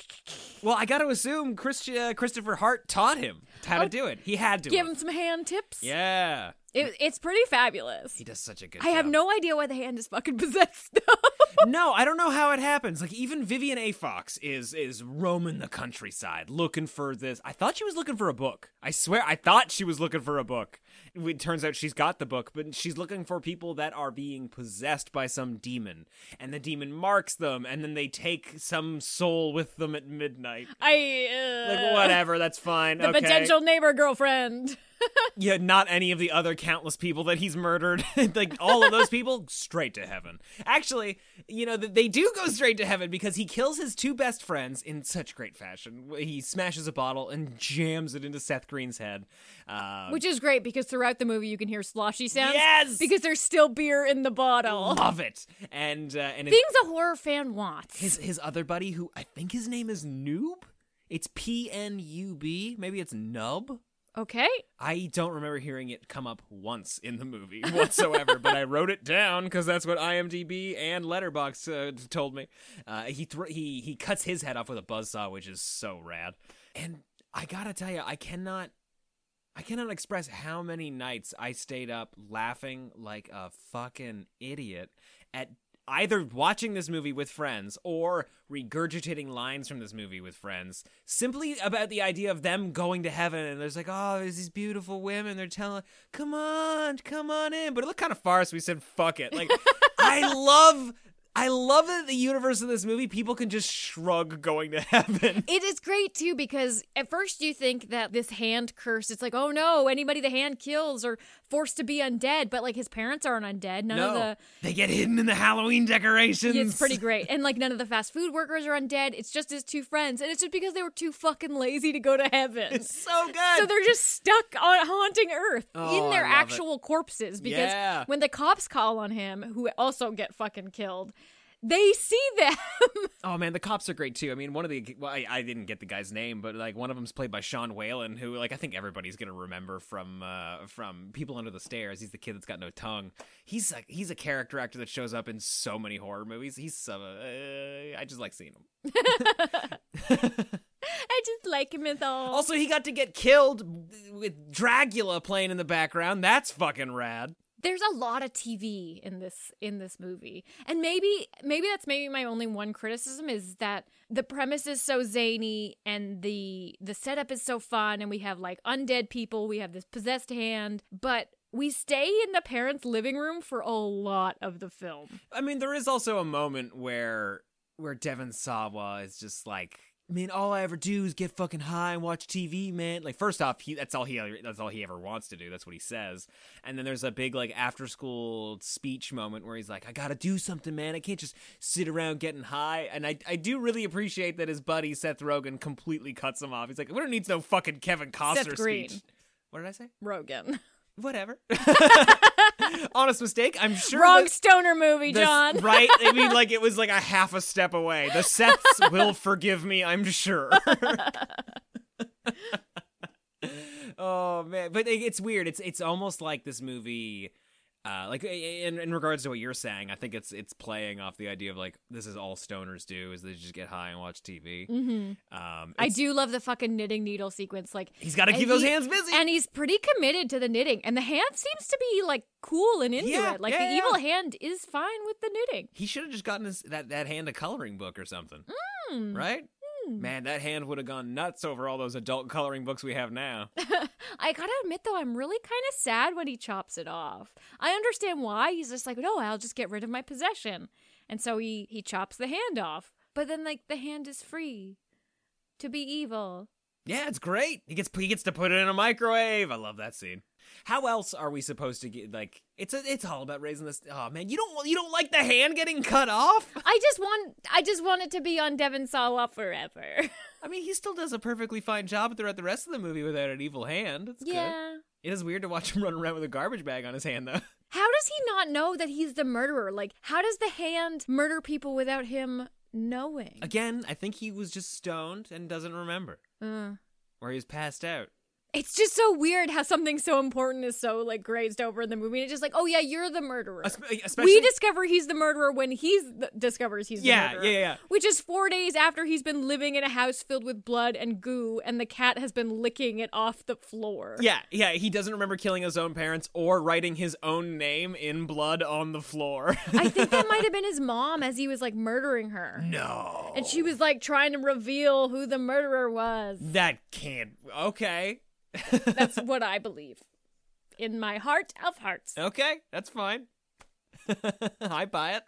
Speaker 1: Well, I got to assume Christi- uh, Christopher Hart taught him how to do it. He had to.
Speaker 2: Oh, give
Speaker 1: have.
Speaker 2: him some hand tips.
Speaker 1: yeah,
Speaker 2: It, it's pretty fabulous.
Speaker 1: he does such a good.
Speaker 2: I have
Speaker 1: job.
Speaker 2: no idea why the hand is fucking *laughs*
Speaker 1: *laughs*
Speaker 2: possessed though.
Speaker 1: No, I don't know how it happens. Like even Vivian A. Fox is is roaming the countryside looking for this. I thought she was looking for a book. I swear, I thought she was looking for a book. It turns out she's got the book, but she's looking for people that are being possessed by some demon, and the demon marks them, and then they take some soul with them at midnight.
Speaker 2: I uh,
Speaker 1: Like whatever, that's fine.
Speaker 2: The
Speaker 1: okay.
Speaker 2: potential neighbor girlfriend.
Speaker 1: Yeah, not any of the other countless people that he's murdered. *laughs* like all of those people, straight to heaven. Actually, you know that they do go straight to heaven because he kills his two best friends in such great fashion. He smashes a bottle and jams it into Seth Green's head. Uh,
Speaker 2: Which is great because throughout the movie you can hear sloshy sounds.
Speaker 1: Yes!
Speaker 2: Because there's still beer in the bottle.
Speaker 1: *laughs* love it. And uh, and it's
Speaker 2: Things a horror fan wants.
Speaker 1: his his other buddy, who I think his name is Noob. It's P N U B. Maybe it's Nub.
Speaker 2: Okay.
Speaker 1: I don't remember hearing it come up once in the movie *laughs* whatsoever, but I wrote it down because that's what IMDb and Letterbox uh, told me. Uh, he thr he he cuts his head off with a buzzsaw, which is so rad. And I gotta tell you, I cannot, I cannot express how many nights I stayed up laughing like a fucking idiot at either watching this movie with friends or regurgitating lines from this movie with friends simply about the idea of them going to heaven and there's like oh there's these beautiful women they're telling come on come on in but it looked kind of far so we said fuck it
Speaker 2: *laughs*
Speaker 1: like i love i love that the universe of this movie people can just shrug going to *laughs* heaven
Speaker 2: It is great too because at first you think that this hand curse, it's like, oh no, anybody the hand kills are forced to be undead, but like his parents aren't undead. None of the
Speaker 1: they get hidden in the halloween decorations
Speaker 2: Yeah,
Speaker 1: *laughs*
Speaker 2: It's pretty great. And like none of the fast food workers are undead. It's just his two friends. And it's just because they were too fucking lazy to go to heaven.
Speaker 1: so good
Speaker 2: so they're just stuck on haunting Earth
Speaker 1: Oh,
Speaker 2: in their
Speaker 1: I love it.
Speaker 2: actual corpses because
Speaker 1: Yeah.
Speaker 2: when the cops call on him, who also get fucking killed, they see them. *laughs*
Speaker 1: Oh man, the cops are great too. I mean, one of the well, I, I didn't get the guy's name, but like one of them's played by Sean Whalen, who like I think everybody's gonna remember from uh, from People Under the Stairs. He's the kid that's got no tongue. He's like he's a character actor that shows up in so many horror movies. He's so uh, I just like seeing him.
Speaker 2: I just like him at all.
Speaker 1: Also, he got to get killed with Dracula playing in the background. That's fucking rad.
Speaker 2: there's a lot of TV in this in this movie. And maybe maybe that's maybe my only one criticism is that the premise is so zany and the the setup is so fun and we have like undead people, we have this possessed hand, but we stay in the parents' living room for a lot of the film.
Speaker 1: I mean, there is also a moment where where Devon Sawa is just like, I mean, all I ever do is get fucking high and watch TV, man. Like, first off, he that's all he that's all he ever wants to do. That's what he says. And then there's a big like after school speech moment where he's like, I gotta do something, man. I can't just sit around getting high. And I I do really appreciate that his buddy Seth Rogen completely cuts him off. He's like, we don't need no fucking Kevin Costner
Speaker 2: Seth Green.
Speaker 1: speech. What did I say?
Speaker 2: Rogan.
Speaker 1: Whatever.
Speaker 2: *laughs*
Speaker 1: *laughs* Honest mistake. I'm sure.
Speaker 2: Wrong
Speaker 1: that-
Speaker 2: stoner movie,
Speaker 1: the- *laughs*
Speaker 2: John.
Speaker 1: right? I mean, like *laughs* it was like a half a step away. The Seths will forgive me, I'm sure. *laughs* oh man, but it, it's weird. It's it's almost like this movie. Uh, like in in regards to what you're saying, I think it's it's playing off the idea of like this is all stoners do is they just get high and watch TV. Mm-hmm. Um,
Speaker 2: I do love the fucking knitting needle sequence. Like
Speaker 1: He's gotta
Speaker 2: and
Speaker 1: keep those hands busy.
Speaker 2: and he's pretty committed to the knitting. And the hand seems to be like cool and into
Speaker 1: Yeah,
Speaker 2: it. Like
Speaker 1: yeah,
Speaker 2: the
Speaker 1: yeah.
Speaker 2: evil hand is fine with the knitting.
Speaker 1: He should have just gotten his, that that hand a coloring book or something, right? Man, that hand would have gone nuts over all those adult coloring books we have now.
Speaker 2: I gotta admit though, I'm really kind of sad when he chops it off. I understand why he's just like, no, I'll just get rid of my possession, and so he he chops the hand off. But then like the hand is free to be evil.
Speaker 1: Yeah, it's great. He gets he gets to put it in a microwave. I love that scene. How else are we supposed to get like it's a, it's all about raising this Oh man, you don't want- you don't like the hand getting cut off?
Speaker 2: I just want I just want it to be on Devon Sawa forever.
Speaker 1: I mean, he still does a perfectly fine job throughout the rest of the movie without an evil hand. It's good.
Speaker 2: *laughs* yeah.
Speaker 1: It is weird to watch him *laughs* run around with a garbage bag on his hand though.
Speaker 2: How does he not know that he's the murderer? Like, how does the hand murder people without him knowing?
Speaker 1: Again, I think he was just stoned and doesn't remember.
Speaker 2: Uh.
Speaker 1: Or he was passed out.
Speaker 2: It's just so weird how something so important is so like grazed over in the movie. And it's just like, oh yeah, you're the murderer.
Speaker 1: Espe- Especially
Speaker 2: we discover he's the murderer when he's the- discovers he's
Speaker 1: Yeah,
Speaker 2: the murderer.
Speaker 1: yeah, yeah.
Speaker 2: Which is four days after he's been living in a house filled with blood and goo, and the cat has been licking it off the floor.
Speaker 1: Yeah, yeah, he doesn't remember killing his own parents or writing his own name in blood on the floor. *laughs*
Speaker 2: I think that might have been his mom as he was like murdering her. No. And she was like trying to reveal who the murderer was.
Speaker 1: That can't. Okay.
Speaker 2: That's what I believe. In my heart of hearts.
Speaker 1: Okay. That's fine. *laughs* I buy it.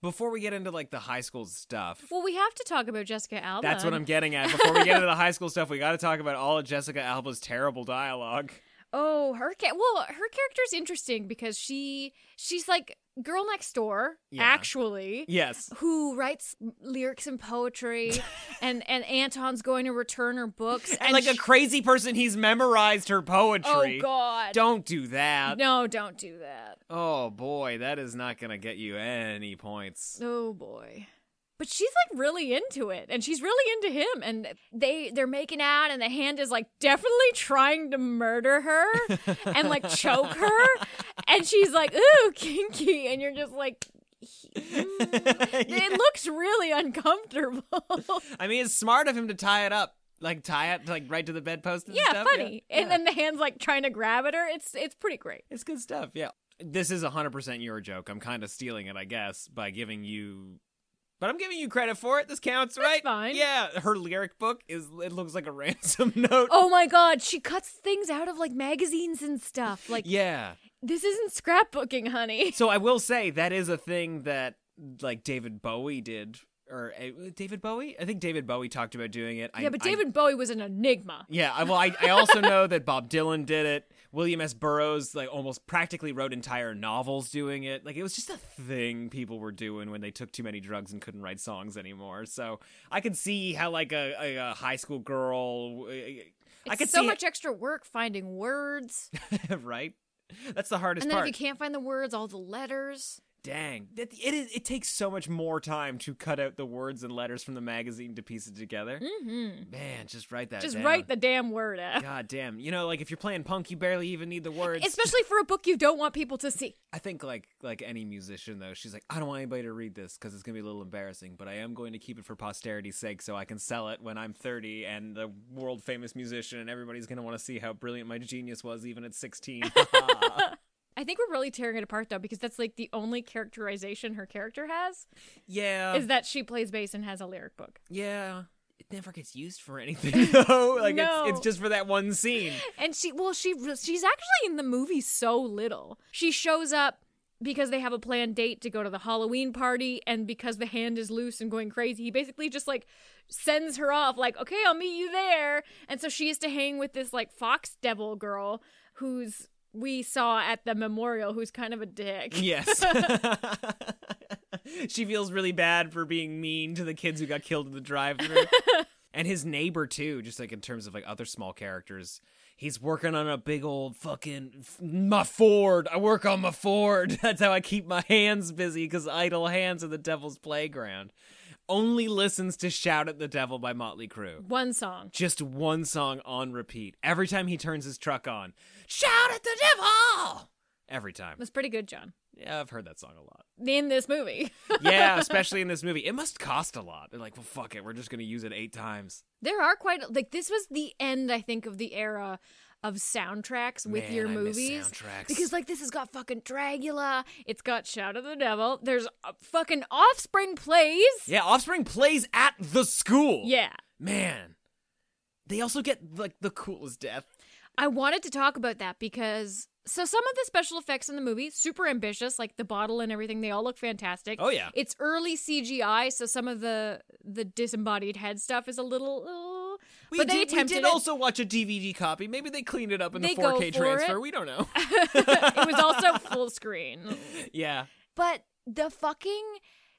Speaker 1: Before we get into like the high school stuff,
Speaker 2: Well, we have to talk about Jessica Alba.
Speaker 1: that's what I'm getting at. Before we get into the high school stuff, we got to talk about all of Jessica Alba's terrible dialogue.
Speaker 2: Oh, her ca- well, her character's interesting because she she's like girl next door,
Speaker 1: Yeah.
Speaker 2: actually.
Speaker 1: Yes.
Speaker 2: Who writes lyrics and
Speaker 1: *laughs*
Speaker 2: poetry, and and Anton's going to return her books,
Speaker 1: And, like a
Speaker 2: she-
Speaker 1: crazy person, he's memorized her poetry.
Speaker 2: oh god,
Speaker 1: Don't do that.
Speaker 2: no, don't do that.
Speaker 1: Oh boy, that is not going to get you any points.
Speaker 2: Oh boy, But she's like really into it and she's really into him and they they're making out and the hand is like definitely trying to
Speaker 1: *laughs*
Speaker 2: murder her and like choke her and she's like ooh kinky and you're just like mm,
Speaker 1: *laughs*
Speaker 2: it looks really uncomfortable.
Speaker 1: I mean, it's smart of him to tie it up, like tie it like right to the bedpost. And
Speaker 2: yeah,
Speaker 1: stuff.
Speaker 2: funny.
Speaker 1: Yeah.
Speaker 2: And then the hand's like trying to grab at her. It's it's pretty great.
Speaker 1: It's good stuff. Yeah. This is 100% your joke. I'm kind of stealing it, I guess, by giving you. But I'm giving you credit for it. This counts, right?
Speaker 2: fine.
Speaker 1: Yeah, her lyric book is. It looks like a *laughs* ransom note.
Speaker 2: Oh my god, she cuts things out of like magazines and stuff. Like
Speaker 1: Yeah.
Speaker 2: this isn't scrapbooking, honey.
Speaker 1: So I will say that is a thing that like David Bowie did, or uh, David Bowie. I think David Bowie talked about doing it. I-
Speaker 2: *laughs* yeah, but
Speaker 1: I-
Speaker 2: David Bowie was an enigma.
Speaker 1: Yeah, I- well, I, I also know that Bob Dylan did it. William S. Burroughs like almost practically wrote entire novels doing it. Like it was just a thing people were doing when they took too many drugs and couldn't write songs anymore. So I could see how like a, a, a high school girl. uh, I
Speaker 2: It's
Speaker 1: could
Speaker 2: so
Speaker 1: see
Speaker 2: much extra work finding words.
Speaker 1: *laughs* right. That's the hardest
Speaker 2: and then
Speaker 1: part.
Speaker 2: if you can't find the words, all the letters.
Speaker 1: Dang, that it is. It takes so much more time to cut out the words and letters from the magazine to piece it together. Mm-hmm. Man, just write that.
Speaker 2: Just
Speaker 1: down.
Speaker 2: write the damn word out.
Speaker 1: God damn. You know, like if you're playing punk, you barely even need the words.
Speaker 2: Especially for a book you don't want people to see.
Speaker 1: I think like like any musician though, she's like, I don't want anybody to read this because it's gonna be a little embarrassing, but I am going to keep it for posterity's sake so I can sell it when I'm 30 and the world famous musician and everybody's gonna want to see how brilliant my genius was even at 16. *laughs*
Speaker 2: I think we're really tearing it apart though, because that's like the only characterization her character has
Speaker 1: yeah,
Speaker 2: is that she plays bass and has a lyric book.
Speaker 1: yeah. It never gets used for *laughs* anything though. like
Speaker 2: No.
Speaker 1: it's it's just for that one scene.
Speaker 2: And she, well, she she's actually in the movie so little. She shows up because they have a planned date to go to the Halloween party, and because the hand is loose and going crazy, he basically just like sends her off, like, "Okay, I'll meet you there." And so she is to hang with this like fox devil girl who's we saw at the memorial, who's kind of a dick.
Speaker 1: Yes. *laughs* she feels really bad for being mean to the kids who got killed in the drive-thru. and his neighbor too, just like in terms of like other small characters. He's working on a big old fucking f- my Ford. I work on my Ford. *laughs* That's how I keep my hands busy cuz idle hands are the devil's playground. Only listens to Shout at the Devil by Motley Crue
Speaker 2: One song.
Speaker 1: just one song on repeat every time he turns his truck on. Shout at the devil! Every time.
Speaker 2: That's pretty good, John.
Speaker 1: Yeah, I've heard that song a lot.
Speaker 2: In this movie, *laughs*
Speaker 1: Yeah, especially in this movie. It must cost a lot. They're like, well, fuck it. We're just going to use it eight times.
Speaker 2: there are quite like this was the end, I think, of the era of soundtracks with
Speaker 1: Man,
Speaker 2: your
Speaker 1: I miss
Speaker 2: movies.
Speaker 1: soundtracks.
Speaker 2: Because like this has got fucking Dragula, it's got Shout of the Devil. There's uh, fucking Offspring plays.
Speaker 1: Yeah, Offspring plays at the school.
Speaker 2: Yeah.
Speaker 1: Man. They also get like the coolest death.
Speaker 2: I wanted to talk about that because so some of the special effects in the movie super ambitious, like the bottle and everything. They all look fantastic.
Speaker 1: Oh, yeah.
Speaker 2: It's early CGI, so some of the the disembodied head stuff is a little. uh,
Speaker 1: We
Speaker 2: but they
Speaker 1: did, we
Speaker 2: attempted
Speaker 1: did
Speaker 2: it.
Speaker 1: also watch a DVD copy. Maybe they cleaned it up in
Speaker 2: They
Speaker 1: the
Speaker 2: go
Speaker 1: 4K
Speaker 2: for
Speaker 1: transfer.
Speaker 2: it.
Speaker 1: We don't
Speaker 2: *laughs*
Speaker 1: know.
Speaker 2: it was
Speaker 1: *laughs*
Speaker 2: also full screen.
Speaker 1: yeah.
Speaker 2: But the fucking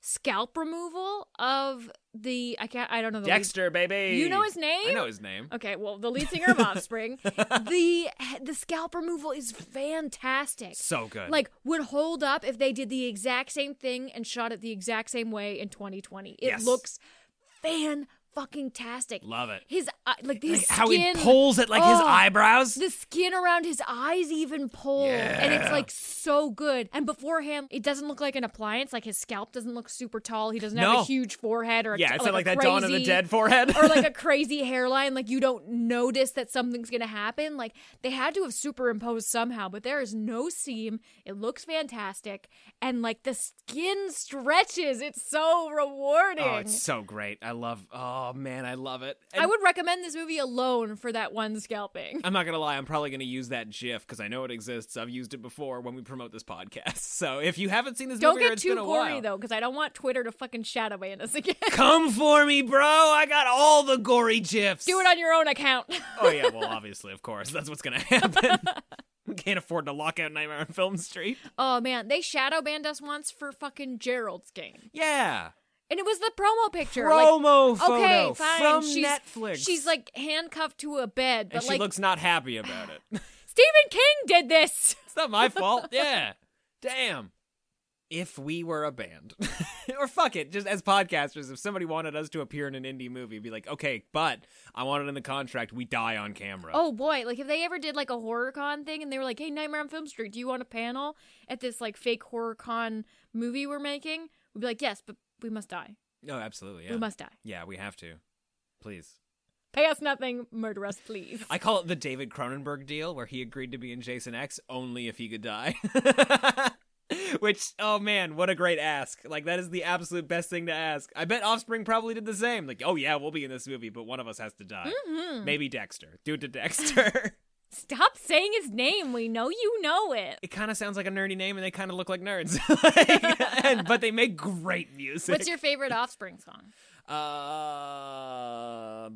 Speaker 2: scalp removal of the I can't I don't know the lead-
Speaker 1: Dexter, baby.
Speaker 2: You know his name? Uh,
Speaker 1: I know his name.
Speaker 2: Okay, well, the lead singer
Speaker 1: *laughs*
Speaker 2: of Offspring, the the scalp removal is fantastic.
Speaker 1: So good.
Speaker 2: Like would hold up if they did the exact same thing and shot it the exact same way in 2020. It
Speaker 1: Yes.
Speaker 2: looks fan fucking tastic.
Speaker 1: Love it.
Speaker 2: His eye- like his
Speaker 1: Like, how he
Speaker 2: skin-
Speaker 1: pulls at like his
Speaker 2: Oh.
Speaker 1: eyebrows.
Speaker 2: The skin around his eyes even pulled, and it's like so good. And beforehand, it doesn't look like an appliance. Like his scalp doesn't look super tall. He doesn't have
Speaker 1: No.
Speaker 2: a huge forehead or a
Speaker 1: yeah,
Speaker 2: t-
Speaker 1: it's not like,
Speaker 2: a
Speaker 1: that Dawn of the
Speaker 2: crazy-
Speaker 1: Dead forehead.
Speaker 2: *laughs*
Speaker 1: *laughs*
Speaker 2: or like a crazy hairline. Like you don't notice that something's gonna happen. Like they had to have superimposed somehow, but there is no seam. It looks fantastic, and like the skin stretches. It's so rewarding.
Speaker 1: oh, it's so great. I love. Oh man, I love it.
Speaker 2: I would recommend this movie alone for that one scalping.
Speaker 1: I'm not gonna lie. I'm probably gonna use that GIF because I know it exists. I've used it before when we promote this podcast. *laughs* So if you haven't seen this
Speaker 2: Don't
Speaker 1: movie, or
Speaker 2: get
Speaker 1: it's
Speaker 2: too
Speaker 1: been a
Speaker 2: gory
Speaker 1: while,
Speaker 2: though, because I don't want Twitter to fucking shadow ban us again. *laughs*
Speaker 1: Come for me, bro. I got all the gory GIFs.
Speaker 2: Do it on your own account. *laughs*
Speaker 1: oh yeah, well obviously, of course, that's what's gonna *laughs* happen. We Can't afford to lock out Nightmare on Film Street.
Speaker 2: oh man, they shadow banned us once for fucking Gerald's game,
Speaker 1: Yeah.
Speaker 2: and it was the promo picture. like,
Speaker 1: Promo photo
Speaker 2: okay, fine.
Speaker 1: from
Speaker 2: she's,
Speaker 1: Netflix.
Speaker 2: She's like handcuffed to a bed, but
Speaker 1: and she
Speaker 2: like
Speaker 1: looks not happy about it.
Speaker 2: Stephen King
Speaker 1: *laughs*
Speaker 2: did this. *laughs*
Speaker 1: It's not my fault. Yeah. Damn. If we were a band. *laughs* or fuck it, just as podcasters, if somebody wanted us to appear in an indie movie, be like, okay, but I want it in the contract. We die on camera.
Speaker 2: Oh boy, like if they ever did like a horror con thing and they were like, "Hey, Nightmare on Film Street, do you want a panel at this like fake horror con movie we're making?" We'd be like, "Yes, but we must die.
Speaker 1: no, absolutely. Yeah.
Speaker 2: We must die.
Speaker 1: Yeah, we have to. Please.
Speaker 2: Pay us nothing, murder us, please."
Speaker 1: I call it the David Cronenberg deal, where he agreed to be in Jason X only if he could die. *laughs* Which, oh man, what a great ask! Like that is the absolute best thing to ask. I bet Offspring probably did the same. Like, oh yeah, we'll be in this movie, but one of us has to die.
Speaker 2: Mm-hmm.
Speaker 1: Maybe Dexter. Do it to
Speaker 2: *laughs*
Speaker 1: Dexter.
Speaker 2: Stop saying his name. We know you know it.
Speaker 1: it kind of sounds like a nerdy name, and they kind of look like nerds. *laughs* Like, and- but they make great music.
Speaker 2: What's your favorite Offspring song?
Speaker 1: Uh,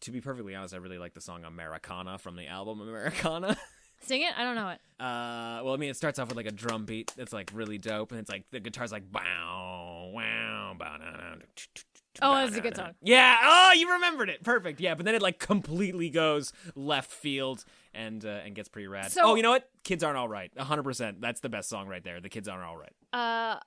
Speaker 1: to be perfectly honest, I really like the song Americana from the album Americana. *laughs*
Speaker 2: Sing it. I don't know it.
Speaker 1: Uh, well, I mean, it starts off with like a drum beat that's like really dope, and it's like the guitar's like bow, wow, bow, na, na, na, ch- ch- ch-
Speaker 2: Oh,
Speaker 1: bow,
Speaker 2: that's a
Speaker 1: na,
Speaker 2: good
Speaker 1: na.
Speaker 2: song.
Speaker 1: Yeah. Oh, you remembered it. Perfect. Yeah, but then it like completely goes left field and uh, and gets pretty rad.
Speaker 2: So-
Speaker 1: oh, you know what? Kids aren't all right. hundred percent. That's the best song right there. The kids aren't all right.
Speaker 2: Uh,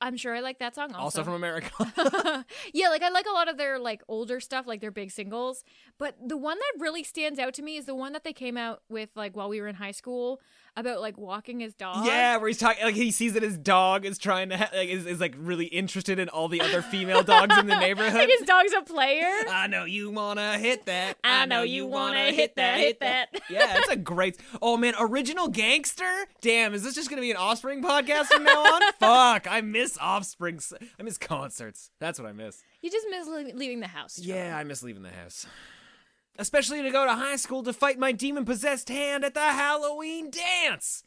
Speaker 2: I'm sure I like that song also.
Speaker 1: Also, from
Speaker 2: *laughs*
Speaker 1: America. *laughs*
Speaker 2: yeah, like I like a lot of their like older stuff, like their big singles. But the one that really stands out to me is the one that they came out with like while we were in high school about like walking his dog.
Speaker 1: Yeah, where he's talking like he sees that his dog is trying to ha- like is, is like really interested in all the other female dogs
Speaker 2: *laughs*
Speaker 1: in the neighborhood.
Speaker 2: *laughs* like his dog's a player.
Speaker 1: I know you wanna hit that.
Speaker 2: *laughs* I know you wanna hit that, hit that. *laughs*
Speaker 1: yeah, it's a great. Oh man, original gangster. Damn, is this just gonna be an Offspring podcast from now on? *laughs* Fuck, I miss Offspring. s- I miss concerts. That's what I miss.
Speaker 2: You just miss le- leaving the house. Joe.
Speaker 1: Yeah, I miss leaving the house. Especially to go to high school to fight my demon possessed hand at the Halloween dance.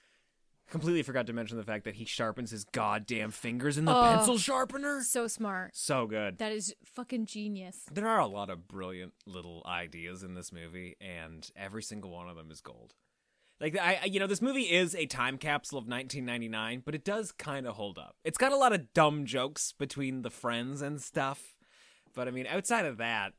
Speaker 1: Completely forgot to mention the fact that he sharpens his goddamn fingers in the
Speaker 2: Oh.
Speaker 1: pencil sharpener.
Speaker 2: So smart.
Speaker 1: So good.
Speaker 2: That is fucking genius.
Speaker 1: There are a lot of brilliant little ideas in this movie, and every single one of them is gold. Like I, I- you know, this movie is a time capsule of 1999, but it does kind of hold up. It's got a lot of dumb jokes between the friends and stuff, but I mean, outside of that,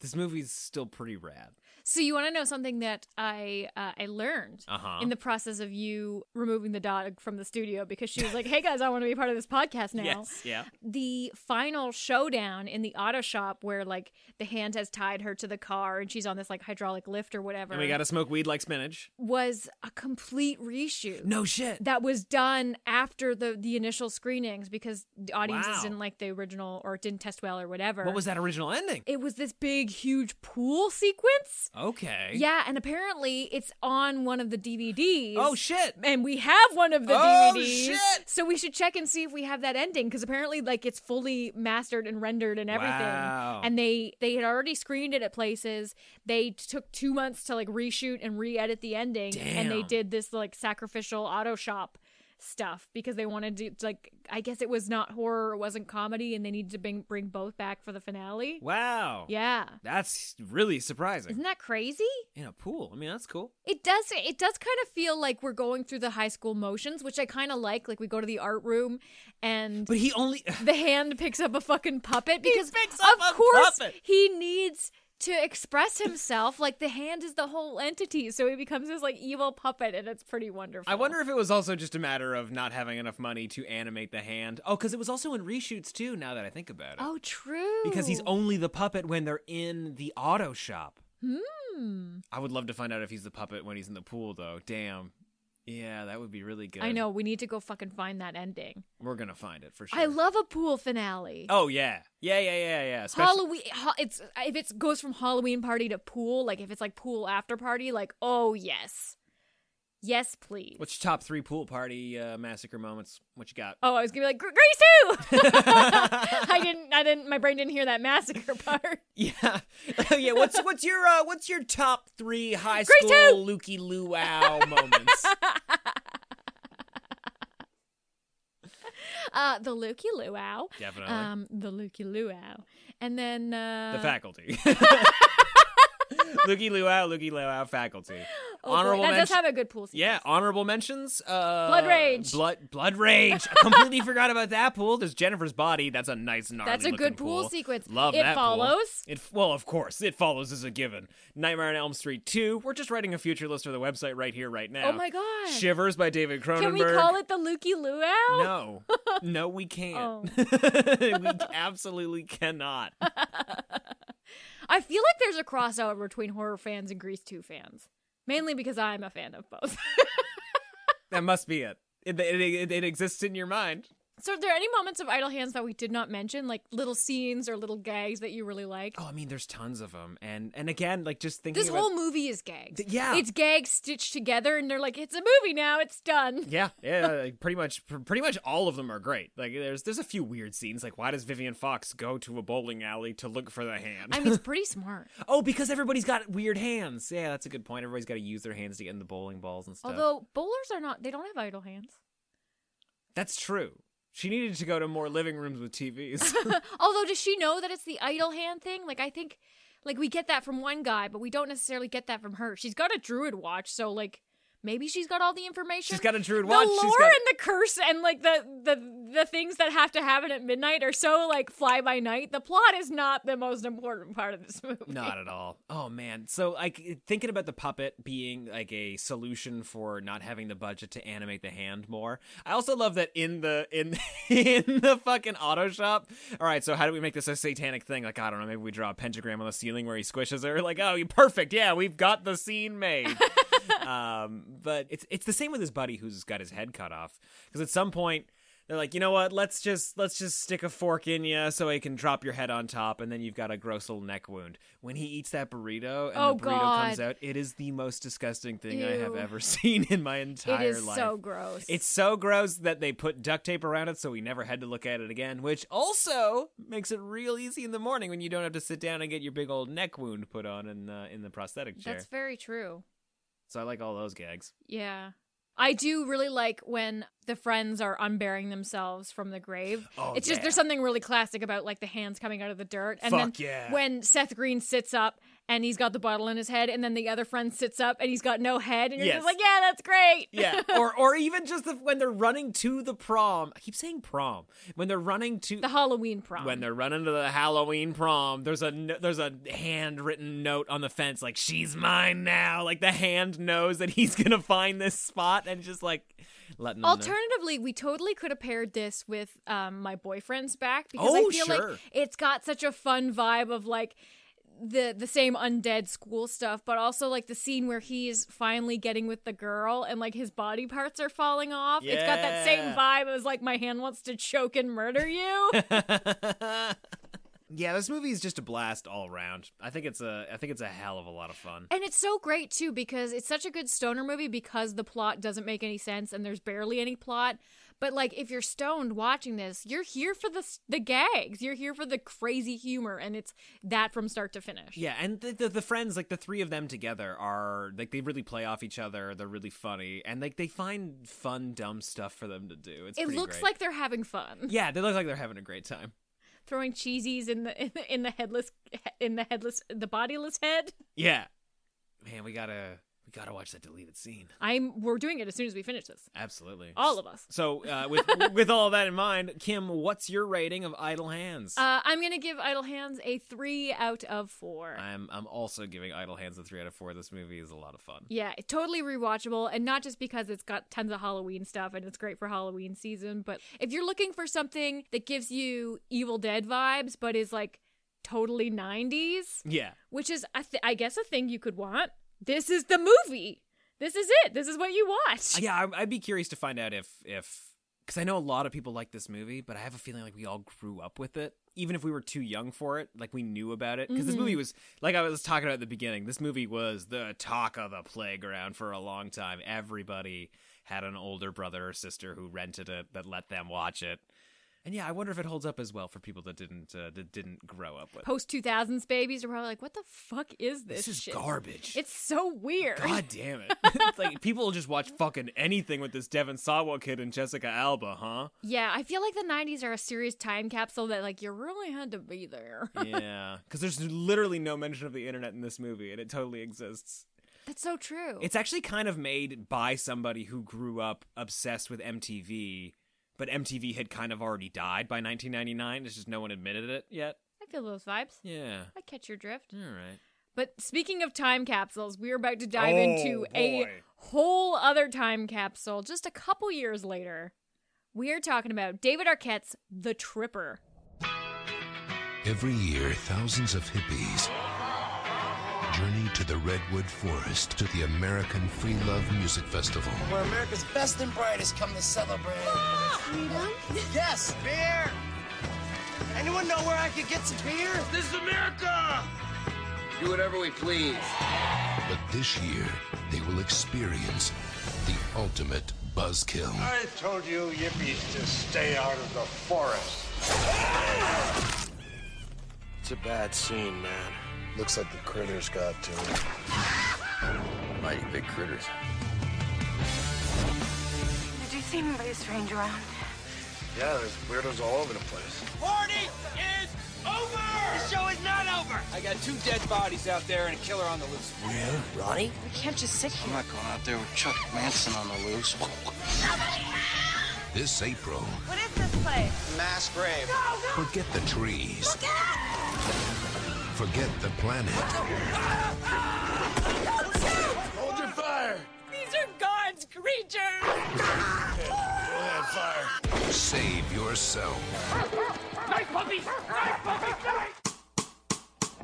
Speaker 1: this movie's still pretty rad.
Speaker 2: So you want to know something that I uh, I learned
Speaker 1: Uh-huh.
Speaker 2: in the process of you removing the dog from the studio because she was like, "Hey guys, I want to be part of this podcast now."
Speaker 1: yeah.
Speaker 2: the final showdown in the auto shop where like the hand has tied her to the car and she's on this like hydraulic lift or whatever
Speaker 1: And we gotta smoke weed like spinach.
Speaker 2: was a complete reshoot
Speaker 1: No shit.
Speaker 2: that was done after the the initial screenings because the audiences
Speaker 1: Wow.
Speaker 2: didn't like the original or it didn't test well or whatever
Speaker 1: What was that original ending?
Speaker 2: it was this big huge pool sequence
Speaker 1: Okay.
Speaker 2: yeah and apparently it's on one of the dvds
Speaker 1: Oh shit.
Speaker 2: and we have one of the
Speaker 1: Oh,
Speaker 2: DVDs.
Speaker 1: shit!
Speaker 2: So we should check and see if we have that ending because apparently, like, it's fully mastered and rendered and everything.
Speaker 1: Wow.
Speaker 2: And they they had already screened it at places. They took two months to like reshoot and re-edit the ending, and they
Speaker 1: Damn.
Speaker 2: did this like sacrificial auto shop stuff because they wanted to like I guess it was not horror, it wasn't comedy, and they needed to bring bring both back for the finale.
Speaker 1: Wow.
Speaker 2: Yeah,
Speaker 1: That's really surprising.
Speaker 2: isn't that crazy?
Speaker 1: In a pool. I mean, that's cool.
Speaker 2: It does. It does kind of feel like we're going through the high school motions, which I kind of like. Like we go to the art room, and
Speaker 1: But he only.
Speaker 2: the hand picks up a fucking puppet because
Speaker 1: picks up
Speaker 2: of
Speaker 1: a
Speaker 2: course
Speaker 1: puppet.
Speaker 2: he needs to express himself. Like the hand is the whole entity, so he becomes this like evil puppet, and it's pretty wonderful.
Speaker 1: I wonder if it was also just a matter of not having enough money to animate the hand. Oh, because it was also in reshoots too. Now that I think about it,
Speaker 2: Oh, true.
Speaker 1: because he's only the puppet when they're in the auto shop. Hmm. I would love to find out if he's the puppet when he's in the pool, though. Damn. Yeah, that would be really good.
Speaker 2: I know. We need to go fucking find that ending.
Speaker 1: We're gonna find it for sure.
Speaker 2: I love a pool finale.
Speaker 1: Oh yeah, yeah, yeah, yeah, yeah. Especially-
Speaker 2: Halloween, ha- it's if it goes from Halloween party to pool, like if it's like pool after party, like oh yes, yes please.
Speaker 1: What's your top three pool party uh, massacre moments? What you got? *laughs*
Speaker 2: oh, I was gonna be like Gr- Grace too. *laughs* I didn't, I didn't, my brain didn't hear that massacre *laughs* part.
Speaker 1: Yeah, *laughs* yeah. What's what's your uh, what's your top three high
Speaker 2: Grade
Speaker 1: school Lukey Luau moments?
Speaker 2: Uh, the Lukey Luau,
Speaker 1: Definitely.
Speaker 2: um, the Lukey Luau, and then uh,
Speaker 1: *laughs* the faculty. Lukey Luau, Lukey Luau, faculty.
Speaker 2: Oh, boy.
Speaker 1: honorable
Speaker 2: that does
Speaker 1: mention-
Speaker 2: have a good pool sequence.
Speaker 1: Yeah, honorable mentions. Uh,
Speaker 2: Blood Rage.
Speaker 1: Blood Blood Rage. I completely *laughs* forgot about that pool. There's Jennifer's body. That's a nice gnarly.
Speaker 2: That's a
Speaker 1: looking
Speaker 2: good pool sequence.
Speaker 1: Love
Speaker 2: It
Speaker 1: that pool.
Speaker 2: follows.
Speaker 1: It well, of course, it follows is a given. Nightmare on Elm Street two. We're just writing a future list for the website right here, right now.
Speaker 2: Oh my God.
Speaker 1: Shivers by David Cronenberg.
Speaker 2: Can we call it the Lukey Luau?
Speaker 1: No, no, we
Speaker 2: *laughs*
Speaker 1: can't.
Speaker 2: Oh.
Speaker 1: *laughs* we absolutely cannot.
Speaker 2: I feel like there's a crossover between horror fans and Grease 2 fans. Mainly because I'm a fan of both. *laughs*
Speaker 1: That must be it. It, it, it, it exists in your mind.
Speaker 2: so are there any moments of Idle Hands that we did not mention, like little scenes or little gags that you really like?
Speaker 1: Oh, I mean, there's tons of them, and and again, like just thinking
Speaker 2: this
Speaker 1: about-
Speaker 2: whole movie is gags.
Speaker 1: Th- yeah.
Speaker 2: It's gags stitched together and they're like, it's a movie now,
Speaker 1: *laughs*
Speaker 2: it's done.
Speaker 1: Yeah, yeah, like pretty much, pr- pretty much all of them are great. Like, there's there's a few weird scenes. Like, why does Vivian Fox go to a bowling alley to look for the hand?
Speaker 2: I mean, it's pretty smart.
Speaker 1: oh, because everybody's got weird hands. Yeah, that's a good point. Everybody's got to use their hands to get in the bowling balls and stuff.
Speaker 2: Although bowlers are not, they don't have idle hands.
Speaker 1: that's true. She needed to go to more living rooms with TVs.
Speaker 2: Although, does she know that it's the idle hand thing? Like, I think, like, we get that from one guy, but we don't necessarily get that from her. She's got a druid watch, so, like, maybe she's got all the information.
Speaker 1: She's got a druid
Speaker 2: the
Speaker 1: watch,
Speaker 2: The
Speaker 1: she's
Speaker 2: lore
Speaker 1: got-
Speaker 2: and the curse and, like, the, the, the things that have to happen at midnight are so, like, fly by night. The plot is not the most important part of this movie.
Speaker 1: *laughs* Not at all. Oh man. So like thinking about the puppet being like a solution for not having the budget to animate the hand more. I also love that in the in *laughs* in the fucking auto shop. All right, so how do we make this a satanic thing? Like I don't know, maybe we draw a pentagram on the ceiling where he squishes her. Like oh, you perfect. Yeah, we've got the scene made. um, but it's it's the same with his buddy who's got his head cut off because at some point they're like, you know what? Let's just let's just stick a fork in you so it can drop your head on top, and then you've got a gross little neck wound. When he eats that burrito and
Speaker 2: Oh,
Speaker 1: the burrito comes
Speaker 2: God.
Speaker 1: out, it is the most disgusting thing I have
Speaker 2: Ew.
Speaker 1: ever *laughs* seen in my
Speaker 2: It
Speaker 1: entire
Speaker 2: is
Speaker 1: life.
Speaker 2: so gross.
Speaker 1: It's so gross that they put duct tape around it so we never had to look at it again, which also makes it real easy in the morning when you don't have to sit down and get your big old neck wound put on in the in the prosthetic chair.
Speaker 2: That's very true.
Speaker 1: so I like all those gags.
Speaker 2: Yeah. I do really like when the friends are unburying themselves from the grave.
Speaker 1: Oh,
Speaker 2: it's just
Speaker 1: yeah.
Speaker 2: there's something really classic about like the hands coming out of the dirt. And
Speaker 1: Fuck
Speaker 2: then
Speaker 1: yeah.
Speaker 2: when Seth Green sits up and he's got the bottle in his head, and then the other friend sits up and he's got no head, and you're
Speaker 1: Yes.
Speaker 2: just like, Yeah, that's great. *laughs*
Speaker 1: Yeah, or or even just the, when they're running to the prom. I keep saying prom. When they're running to
Speaker 2: The Halloween
Speaker 1: *laughs*
Speaker 2: prom.
Speaker 1: when they're running to the Halloween prom, there's a n- there's a handwritten note on the fence like she's mine now. Like the hand knows that he's gonna find this spot and just like letting them know.
Speaker 2: Alternatively, we totally could have paired this with um, my boyfriend's back because
Speaker 1: Oh,
Speaker 2: I feel
Speaker 1: sure.
Speaker 2: like it's got such a fun vibe of like the the same undead school stuff, but also like the scene where he's finally getting with the girl and like his body parts are falling off. It's got
Speaker 1: Yeah.
Speaker 2: that same vibe as like my hand wants to choke and
Speaker 1: *laughs*
Speaker 2: murder you.
Speaker 1: yeah, this movie is just a blast all around. I think it's a I think it's a hell of a lot of fun.
Speaker 2: And it's so great too because it's such a good stoner movie because the plot doesn't make any sense and there's barely any plot. But like if you're stoned watching this, you're here for the s- the gags. You're here for the crazy humor and it's that from start to finish.
Speaker 1: Yeah, and the, the the friends, like the three of them together, are like they really play off each other. They're really funny, and like they find fun, dumb stuff for them to do. It's
Speaker 2: it
Speaker 1: pretty
Speaker 2: looks
Speaker 1: great.
Speaker 2: like they're having fun.
Speaker 1: yeah, they look like they're having a great time.
Speaker 2: Throwing cheesies in the in the, *laughs* in the headless in the headless the bodiless head.
Speaker 1: Yeah, man, we gotta we gotta watch that deleted scene.
Speaker 2: I'm we're doing it as soon as we finish this.
Speaker 1: Absolutely,
Speaker 2: All of us.
Speaker 1: So uh, with *laughs* with all that in mind, Kim, what's your rating of Idle Hands?
Speaker 2: Uh, I'm gonna give Idle Hands a three out of four.
Speaker 1: I'm I'm also giving Idle Hands a three out of four. This movie is a lot of fun.
Speaker 2: Yeah, it's totally rewatchable, and not just because it's got tons of Halloween stuff and it's great for Halloween season, but if you're looking for something that gives you Evil Dead vibes, but is like totally 90s,
Speaker 1: Yeah,
Speaker 2: which is, I, th- I guess, a thing you could want, this is the movie. This is it. This is what you watch.
Speaker 1: yeah. I- I'd be curious to find out if if because I know a lot of people like this movie, but I have a feeling like we all grew up with it. Even if we were too young for it, like we knew about it, because this
Speaker 2: Mm-hmm.
Speaker 1: movie was like I was talking about at the beginning. This movie was the talk of the playground for a long time. Everybody had an older brother or sister who rented it that let them watch it. And yeah, I wonder if it holds up as well for people that didn't uh, that didn't grow up with. it.
Speaker 2: Post 2000s babies are probably like, what the fuck is this?
Speaker 1: This is
Speaker 2: shit?
Speaker 1: garbage.
Speaker 2: It's so weird.
Speaker 1: God damn it! *laughs* it's like people just watch fucking anything with this Devon Sawa kid and Jessica Alba, huh?
Speaker 2: *laughs* Yeah, I feel like the 90s are a serious time capsule that, like, you really had to be there. *laughs*
Speaker 1: *laughs* yeah, because there's literally no mention of the internet in this movie, and it totally exists.
Speaker 8: That's so true.
Speaker 2: Oh.
Speaker 1: It's actually kind of made by somebody who grew up obsessed with MTV, but MTV had kind of already died by 1999. It's just no one admitted it yet.
Speaker 2: I feel those vibes.
Speaker 1: Yeah.
Speaker 2: I catch your drift.
Speaker 1: All right.
Speaker 2: But speaking of time capsules, we're about to dive
Speaker 1: Oh,
Speaker 2: into a
Speaker 1: boy.
Speaker 2: whole other time capsule just a couple years later. We are talking about David Arquette's The Tripper.
Speaker 9: Every year, thousands of hippies journey to the Redwood Forest to the American Free Love Music Festival.
Speaker 10: where America's best and brightest come to celebrate. Freedom? Yes, beer! Anyone know where I could get some beer? This is America!
Speaker 9: Do whatever we please. But this year, they will experience the ultimate buzzkill.
Speaker 11: I told you yippies to stay out of the forest.
Speaker 10: It's a bad scene, man. Looks like the critters got to it. Mighty big critters.
Speaker 7: Did you see anybody strange around?
Speaker 10: Yeah, there's weirdos all over the place.
Speaker 11: Party is over! The show is not over!
Speaker 12: I got two dead bodies out there and a killer on the loose.
Speaker 10: Yeah, Ronnie?
Speaker 7: We can't just sit here.
Speaker 10: I'm not going out there with Chuck Manson on the loose.
Speaker 9: This April,
Speaker 7: What is this place?
Speaker 10: Mass grave.
Speaker 9: forget the trees,
Speaker 7: Look out!
Speaker 9: forget the planet.
Speaker 10: Hold your fire!
Speaker 2: These are God's creatures!
Speaker 10: Hold that fire.
Speaker 9: Save yourself.
Speaker 10: Night puppies! Night puppies!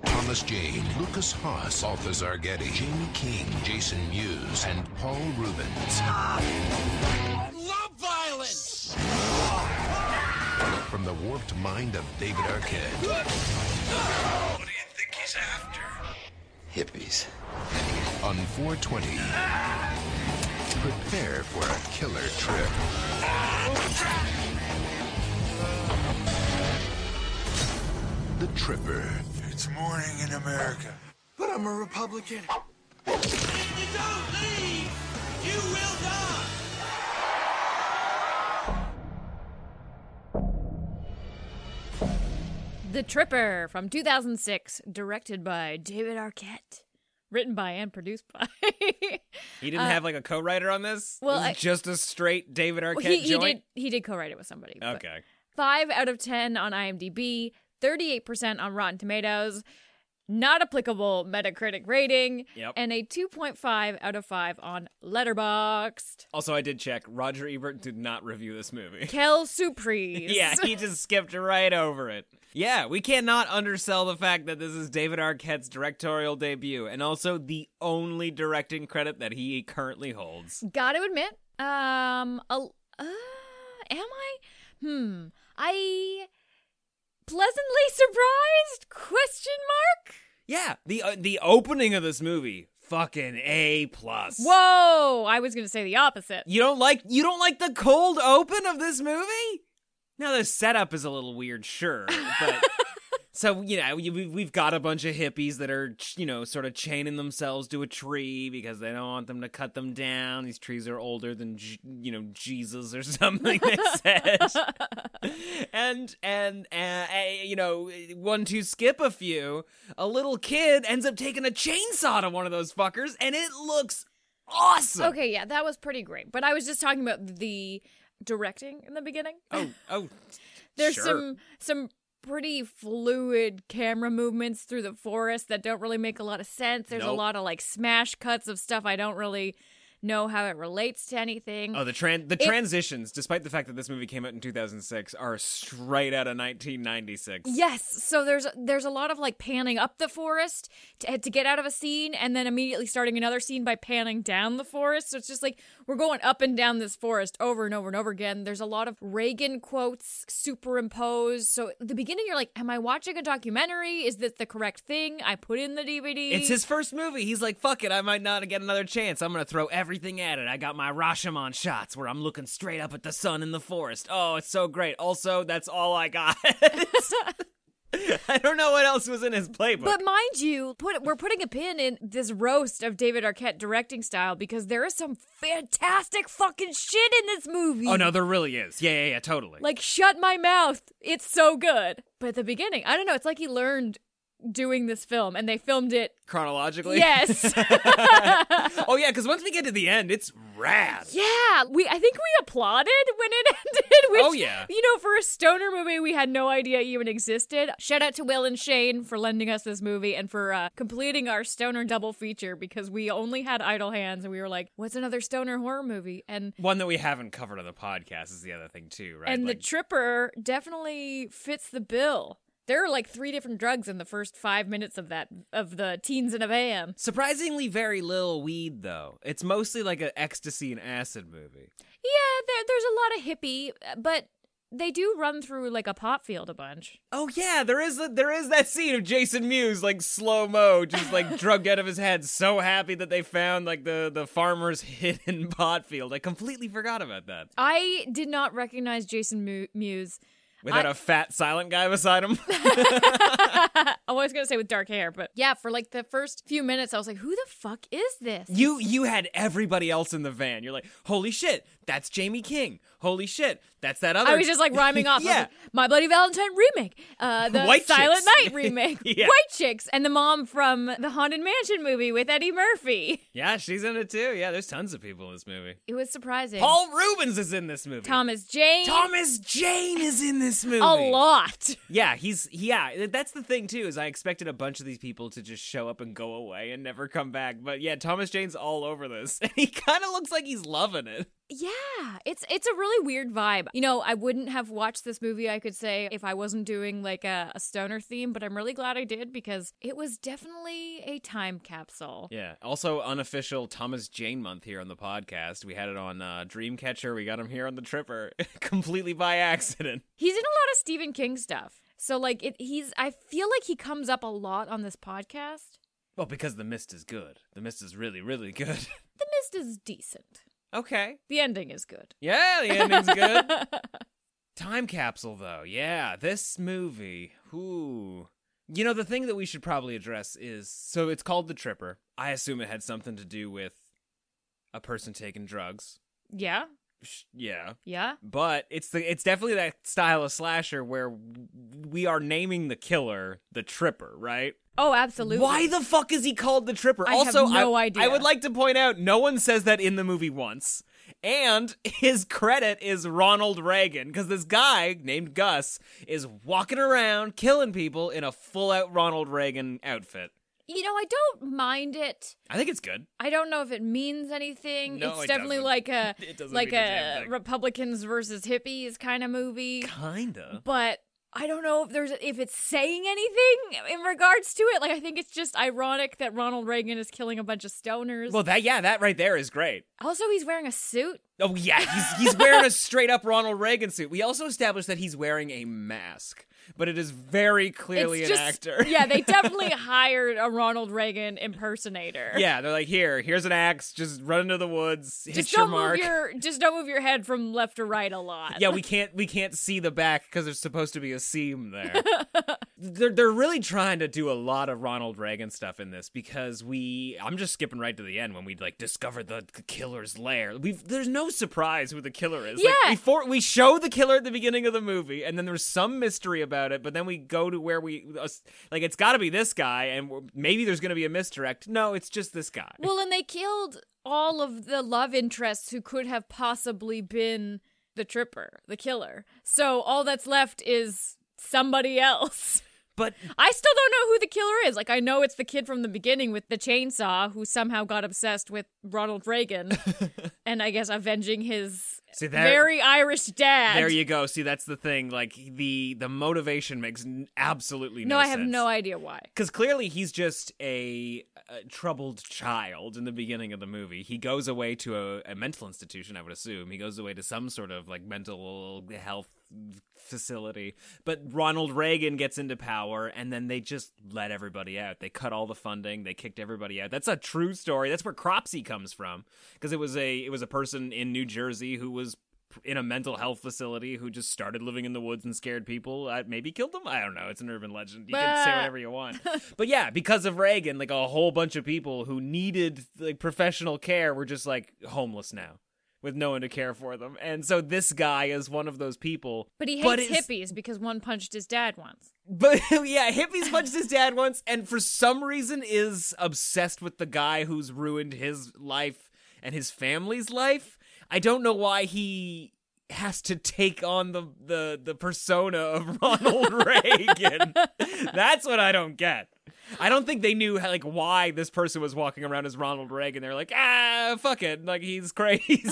Speaker 9: Thomas Jane, Lucas Haas, Balthazar Getty, Jamie King, Jason Mewes, and Paul Rubens.
Speaker 10: Love violence!
Speaker 9: From the warped mind of David Arquette,
Speaker 10: What do you think he's after?
Speaker 9: hippies. On 420, prepare for a killer trip. The Tripper.
Speaker 11: It's morning in America. But I'm a Republican.
Speaker 10: If you don't leave, you will die!
Speaker 2: The Tripper from 2006, directed by David Arquette, written by and produced by. *laughs*
Speaker 1: He didn't
Speaker 2: Uh,
Speaker 1: have like a co-writer on this.
Speaker 2: well,
Speaker 1: This is
Speaker 2: I-
Speaker 1: just a straight David Arquette
Speaker 2: he, he did
Speaker 1: joint.
Speaker 2: he did co-write it with somebody. but-
Speaker 1: okay.
Speaker 2: Five out of ten on IMDb, thirty-eight percent on Rotten Tomatoes, not applicable Metacritic rating,
Speaker 1: Yep.
Speaker 2: and a two point five out of five on Letterboxd.
Speaker 1: Also, I did check. Roger Ebert did not review this movie.
Speaker 2: Kel Supri.
Speaker 1: *laughs*
Speaker 2: *laughs*
Speaker 1: yeah, he just skipped right over it. Yeah, we cannot undersell the fact that this is David Arquette's directorial debut and also the only directing credit that he currently holds.
Speaker 2: Got to admit, um, a, uh, am I? Hmm, I pleasantly surprised? Question mark.
Speaker 1: Yeah, the uh, the opening of this movie, fucking A plus.
Speaker 2: Whoa! I was gonna say the opposite.
Speaker 1: You don't like you don't like the cold open of this movie? Now the setup is a little weird, sure, but so you know you- we've we've got a bunch of hippies that are ch- you know sort of chaining themselves to a tree because they don't want them to cut them down. These trees are older than J- you know Jesus or *laughs* something. They says and and uh, uh, you know one two skip a few. A little kid ends up taking a chainsaw to one of those fuckers, and it looks awesome.
Speaker 2: Okay, yeah, that was pretty great. But I was just talking about the directing in the beginning.
Speaker 1: Oh, oh.
Speaker 2: There's
Speaker 1: sure.
Speaker 2: some some pretty fluid camera movements through the forest that don't really make a lot of sense. There's a
Speaker 1: Nope.
Speaker 2: lot of like smash cuts of stuff I don't really know how it relates to anything.
Speaker 1: Oh, the tran- the
Speaker 2: It-
Speaker 1: transitions, despite the fact that this movie came out in 2006, are straight out of 1996.
Speaker 2: Yes, so there's there's a lot of like panning up the forest to, to get out of a scene, and then immediately starting another scene by panning down the forest. So it's just like we're going up and down this forest over and over and over again. There's a lot of Reagan quotes superimposed. So at the beginning, you're like, "Am I watching a documentary? Is this the correct thing?" I put in the DVD.
Speaker 1: It's his first movie. He's like, fuck it, I might not get another chance. I'm going to throw everything at it. I got my Rashomon shots where I'm looking straight up at the sun in the forest. Oh, it's so great. Also, that's all I got. *laughs* I don't know what else was in his playbook.
Speaker 2: But mind you, put we're putting a pin in this roast of David Arquette directing style because there is some fantastic fucking shit in this movie.
Speaker 1: oh, no, there really is. Yeah, yeah, yeah, totally.
Speaker 2: Like, shut my mouth. It's so good. But at the beginning, I don't know. It's like he learned doing this film, and they
Speaker 1: *laughs*
Speaker 2: filmed it.
Speaker 1: Chronologically? *laughs*
Speaker 2: Yes.
Speaker 1: oh, yeah, because once we get to the end, it's rad.
Speaker 2: Yeah, we. I think we applauded when it *laughs* ended. Which,
Speaker 1: Oh, yeah.
Speaker 2: You know, for a stoner movie, we had no idea even existed. Shout out to Will and Shane for lending us this movie and for uh, completing our stoner double feature because we only had Idle Hands, and we were like, "What's another stoner horror movie?" And
Speaker 1: One that we haven't covered on the podcast is the other thing, too, right?
Speaker 2: and
Speaker 1: Like,
Speaker 2: the Tripper definitely fits the bill. There are like three different drugs in the first five minutes of that of the teens in a van.
Speaker 1: surprisingly very little weed, though. It's mostly like an ecstasy and acid movie.
Speaker 2: Yeah, there, there's a lot of hippie, but they do run through like a pot field a bunch.
Speaker 1: Oh yeah, there is a, there is that scene of Jason Mewes like slow mo, just *laughs* like drugged out of his head, so happy that they found like the the farmer's *laughs* hidden pot field. I completely forgot about that.
Speaker 2: I did not recognize Jason Mu- Mewes.
Speaker 1: Without
Speaker 2: I-
Speaker 1: a fat silent guy beside *laughs* him.
Speaker 2: I was gonna say with dark hair, but yeah, for like the first few minutes, I was like, "Who the fuck is this?"
Speaker 1: You you had everybody else in the van. You're like, holy shit, that's Jamie King. Holy shit, that's that other.
Speaker 2: I was just like rhyming off. I
Speaker 1: *laughs*
Speaker 2: was
Speaker 1: yeah,
Speaker 2: like, My Bloody Valentine remake, uh, the
Speaker 1: White
Speaker 2: Silent
Speaker 1: Chicks.
Speaker 2: Night remake,
Speaker 1: *laughs* Yeah.
Speaker 2: White Chicks, and the mom from the Haunted Mansion movie with Eddie Murphy.
Speaker 1: yeah, she's in it too. Yeah, there's tons of people in this movie.
Speaker 2: It was surprising.
Speaker 1: Paul Rubens is in this movie.
Speaker 2: Thomas Jane.
Speaker 1: Thomas Jane is in this movie.
Speaker 2: A
Speaker 1: *laughs*
Speaker 2: lot.
Speaker 1: Yeah, he's yeah. th- That's the thing too is I expected a bunch of these people to just show up and go away and never come back. But yeah, Thomas Jane's all over this, *laughs* and he kind of looks like he's loving it.
Speaker 2: Yeah, it's it's a really weird vibe. You know, I wouldn't have watched this movie. I could say if I wasn't doing like a, a stoner theme, but I'm really glad I did because it was definitely a time capsule.
Speaker 1: Yeah. Also, unofficial Thomas Jane month here on the podcast. We had it on uh, Dreamcatcher. We got him here on the Tripper, *laughs* completely by accident.
Speaker 2: He's in a lot of Stephen King stuff, so like it, he's. I feel like he comes up a lot on this podcast.
Speaker 1: Well, because the mist is good. The mist is really, really good. *laughs*
Speaker 2: The Mist is decent.
Speaker 1: Okay.
Speaker 2: The ending is good.
Speaker 1: Yeah, the ending's good. Time capsule, though. Yeah, this movie. Ooh. You know, the thing that we should probably address is so it's called The Tripper. I assume it had something to do with a person taking drugs.
Speaker 2: Yeah,
Speaker 1: Sh- Yeah.
Speaker 2: yeah.
Speaker 1: But it's the it's definitely that style of slasher where w- we are naming the killer the Tripper, right?
Speaker 2: Oh, absolutely.
Speaker 1: Why the fuck is he called the Tripper?
Speaker 2: I have
Speaker 1: also,
Speaker 2: no
Speaker 1: I,
Speaker 2: idea.
Speaker 1: I would like to point out no one says that in the movie once. And *laughs* his credit is Ronald Reagan because this guy named Gus is walking around killing people in a full out Ronald Reagan outfit.
Speaker 2: You know, I don't mind it.
Speaker 1: I think it's good.
Speaker 2: I don't know if it means anything.
Speaker 1: No,
Speaker 2: it's
Speaker 1: it
Speaker 2: definitely
Speaker 1: doesn't.
Speaker 2: like a
Speaker 1: *laughs* It doesn't
Speaker 2: like
Speaker 1: mean a damn
Speaker 2: a
Speaker 1: thing.
Speaker 2: Republicans versus hippies kind of movie.
Speaker 1: Kinda.
Speaker 2: But I don't know if there's if it's saying anything in regards to it. Like I think it's just ironic that Ronald Reagan is killing a bunch of stoners.
Speaker 1: Well, that, yeah, that right there is great.
Speaker 2: also he's wearing a suit.
Speaker 1: Oh yeah, he's he's wearing
Speaker 2: *laughs*
Speaker 1: a straight up Ronald Reagan suit. We also established that he's wearing a mask, but it is very clearly
Speaker 2: it's
Speaker 1: an
Speaker 2: just,
Speaker 1: actor.
Speaker 2: *laughs* yeah,
Speaker 1: *laughs*
Speaker 2: they definitely hired a Ronald Reagan impersonator.
Speaker 1: yeah, they're like, here, here's an axe. Just run into the woods, hit
Speaker 2: Just
Speaker 1: your
Speaker 2: don't
Speaker 1: mark.
Speaker 2: move your just don't move your head from left to right a lot. *laughs*
Speaker 1: yeah, we can't we can't see the back because there's supposed to be a seam
Speaker 2: *laughs*
Speaker 1: there. they're they're really trying to do a lot of Ronald Reagan stuff in this because we I'm just skipping right to the end when we like discover the, the killer's lair. We have there's no surprise who the killer is.
Speaker 2: Yeah.
Speaker 1: Like before we show the killer at the beginning of the movie and then there's some mystery about it, but then we go to where we us- like it's got to be this guy and we're- maybe there's going to be a misdirect. No, it's just this guy.
Speaker 2: Well, and they killed all of the love interests who could have possibly been the tripper, the killer. So all that's left is somebody else. *laughs*
Speaker 1: But
Speaker 2: I still don't know who the killer is. Like, I know it's the kid from the beginning with the chainsaw who somehow got obsessed with
Speaker 1: *laughs*
Speaker 2: Ronald Reagan and I guess avenging his
Speaker 1: See, there-
Speaker 2: very Irish dad.
Speaker 1: There you go. See, that's the thing. Like the the motivation makes n- absolutely
Speaker 2: no,
Speaker 1: no,
Speaker 2: I have no idea why.
Speaker 1: Because clearly he's just a, a troubled child in the beginning of the movie. He goes away to a, a mental institution, I would assume. He goes away to some sort of like mental health facility. But Ronald Reagan gets into power and then they just let everybody out. They cut all the funding, they kicked everybody out. That's a true story. That's where Cropsy comes from. Because it was a it was a person in New Jersey who was in a mental health facility who just started living in the woods and scared people. I maybe killed them. I don't know. It's an urban legend. You can say
Speaker 2: Bah.
Speaker 1: whatever you want. *laughs* but yeah, because of Reagan, like a whole bunch of people who needed like professional care were just like homeless now. with no one to care for them. And so this guy is one of those people.
Speaker 2: But he hates
Speaker 1: it's-
Speaker 2: hippies because one punched his dad once.
Speaker 1: But *laughs* yeah, hippies punched his dad once, and for some reason is obsessed with the guy who's ruined his life and his family's life. I don't know why he has to take on the the, the persona of *laughs* Ronald Reagan. That's what I don't get. I don't think they knew like why this person was walking around as Ronald Reagan. They're like, ah, fuck it, like he's *laughs* crazy.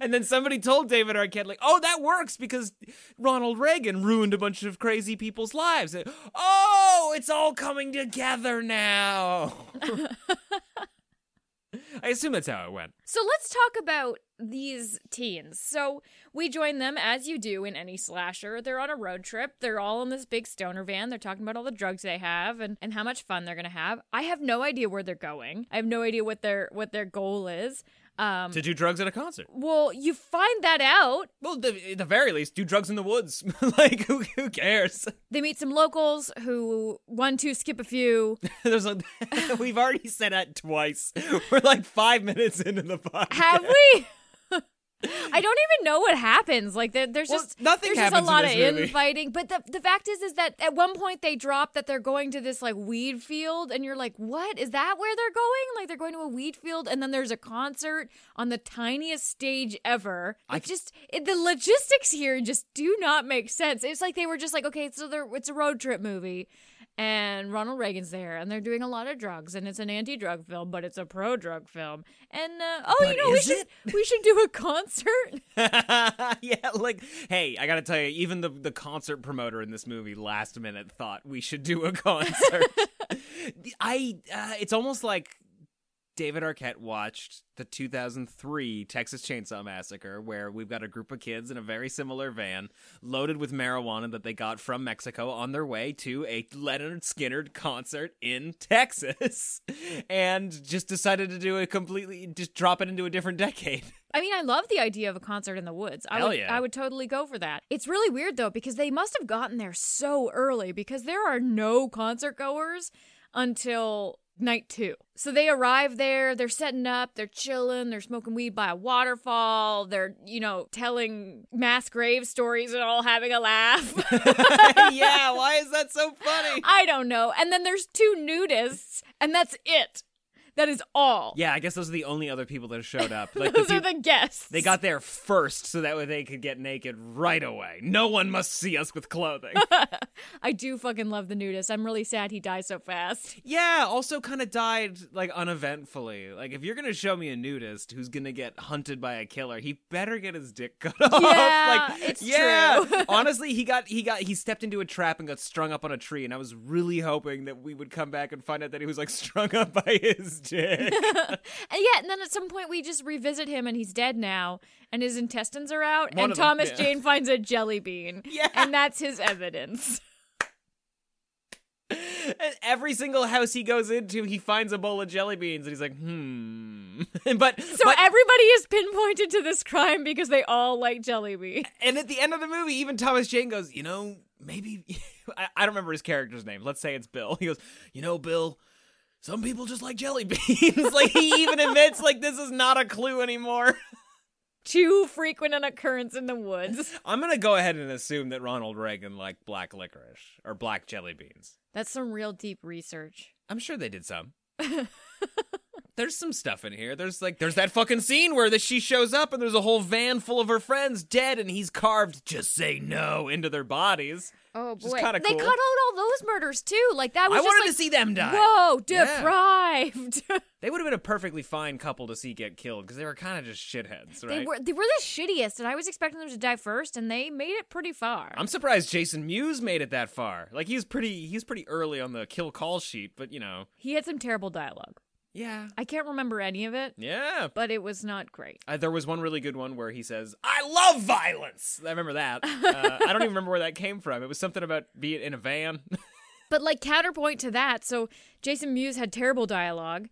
Speaker 1: And then somebody told David Arquette, like, oh, that works because Ronald Reagan ruined a bunch of crazy people's lives. And, oh, it's all coming together now. *laughs* I assume that's how it went.
Speaker 2: So let's talk about these teens. So we join them as you do in any slasher. They're on a road trip. They're all in this big stoner van. They're talking about all the drugs they have and, and how much fun they're gonna have. I have no idea where they're going. I have no idea what their what their goal is. Um
Speaker 1: to do drugs at a concert.
Speaker 2: well, you find that out.
Speaker 1: Well, the, at the very least, do drugs in the woods. *laughs* like, who, who cares? *laughs*
Speaker 2: They meet some locals who one, two, skip a few.
Speaker 1: There's a, *laughs* we've already said that twice. *laughs* We're like five minutes into the *laughs* podcast.
Speaker 2: Have we? *laughs* I don't even know what happens. Like there, there's
Speaker 1: Well,
Speaker 2: just
Speaker 1: nothing
Speaker 2: There's just a
Speaker 1: happens in
Speaker 2: lot
Speaker 1: this
Speaker 2: of
Speaker 1: movie.
Speaker 2: infighting. But the the fact is, is that at one point they drop that they're going to this like weed field, and you're like, what is that? Where they're going? Like they're going to a weed field, and then there's a concert on the tiniest stage ever. It just it, the logistics here just do not make sense. It's like they were just like, okay, so they're, it's a road trip movie. And Ronald Reagan's there, and they're doing a lot of drugs, and it's an anti-drug film, but it's a pro-drug film. And uh, oh,
Speaker 1: But
Speaker 2: you know, we
Speaker 1: is
Speaker 2: should we should do a concert. *laughs*
Speaker 1: *laughs* yeah, like, hey, I gotta tell you, even the the concert promoter in this movie, last minute, thought we should do a *laughs* concert. The- I, uh, it's almost like David Arquette watched the 2003 Texas Chainsaw Massacre, where we've got a group of kids in a very similar van, loaded with marijuana that they got from Mexico on their way to a Leonard Skinner concert in Texas, *laughs* and just decided to do a completely, just drop it into a different decade.
Speaker 2: I mean, I love the idea of a concert in the woods. I
Speaker 1: Hell
Speaker 2: would,
Speaker 1: yeah.
Speaker 2: I would totally go for that. It's really weird though because they must have gotten there so early because there are no concert goers until night two. So they arrive there, they're setting up, they're chilling, they're smoking weed by a waterfall, they're, you know, telling mass grave stories and all having a laugh.
Speaker 1: *laughs* yeah, why is that so funny?
Speaker 2: I don't know. And then there's two nudists, and that's it. That is all.
Speaker 1: Yeah, I guess those are the only other people that showed *laughs* up. Like
Speaker 2: Those
Speaker 1: the
Speaker 2: are
Speaker 1: peop-
Speaker 2: the guests.
Speaker 1: they got there first, so that way they could get naked right away. No one must see us with *laughs* clothing.
Speaker 2: I do fucking love the nudist. I'm really sad he died so fast.
Speaker 1: yeah, also kind of died like uneventfully. Like if you're gonna show me a nudist who's gonna get hunted by a killer, he better get his dick cut *laughs* off.
Speaker 10: Yeah,
Speaker 1: like
Speaker 10: it's
Speaker 1: yeah. *laughs*
Speaker 10: true.
Speaker 1: honestly, he got he got he stepped into a trap and got strung up on a tree, and I was really hoping that we would come back and find out that he was like *laughs* strung up by his *laughs* dick.
Speaker 2: And yeah, and then at some point we just revisit him and he's dead now and his intestines are out
Speaker 1: One
Speaker 2: and
Speaker 1: of them,
Speaker 2: Thomas
Speaker 1: yeah.
Speaker 2: Jane finds a jelly bean.
Speaker 1: *laughs* Yeah.
Speaker 2: And that's
Speaker 1: *laughs*
Speaker 2: his evidence.
Speaker 1: And every single house he goes into, he finds a bowl of jelly beans, and he's like, hmm. *laughs* but
Speaker 2: So everybody is pinpointed to this crime because they all like jelly bean.
Speaker 1: and at the end of the movie, even Thomas Jane goes, you know, maybe *laughs* I, I don't remember his character's name. Let's say it's Bill. *laughs* He goes, you know, Bill. Some people just like jelly *laughs* beans. like he even admits, like this is not a clue anymore. *laughs*
Speaker 2: Too frequent an occurrence in the woods.
Speaker 1: *laughs* I'm gonna go ahead and assume that Ronald Reagan liked black licorice or black jelly beans.
Speaker 2: That's some real deep research.
Speaker 1: I'm sure they did
Speaker 2: *laughs*
Speaker 1: some. there's some stuff in here. There's like there's that fucking scene where that she shows up and there's a whole van full of her friends dead and he's carved just say no into their bodies.
Speaker 2: Oh
Speaker 1: Which is
Speaker 2: boy.
Speaker 1: kinda
Speaker 2: They
Speaker 1: cool.
Speaker 2: cut out all those murders too. Like that was
Speaker 1: I
Speaker 2: just
Speaker 1: wanted
Speaker 2: like,
Speaker 1: to see them die.
Speaker 2: Whoa,
Speaker 1: Yeah.
Speaker 2: deprived. *laughs*
Speaker 1: They would have been a perfectly fine couple to see get killed because they were kind of just shitheads, right?
Speaker 2: They were they were the shittiest, and I was expecting them to die first, and they made it pretty far.
Speaker 1: I'm surprised Jason Mewes made it that far. Like he was pretty he was pretty early on the kill call sheet, but you know.
Speaker 2: He had some terrible dialogue.
Speaker 1: Yeah.
Speaker 2: I can't remember any of it,
Speaker 1: Yeah.
Speaker 2: but it was not great.
Speaker 1: Uh, there was one really good one where he says, "I love violence." I remember
Speaker 2: *laughs*
Speaker 1: that. Uh, I don't even remember where that came from. It was something about being in a van. *laughs*
Speaker 2: But like counterpoint to that, so Jason Mewes had terrible dialogue.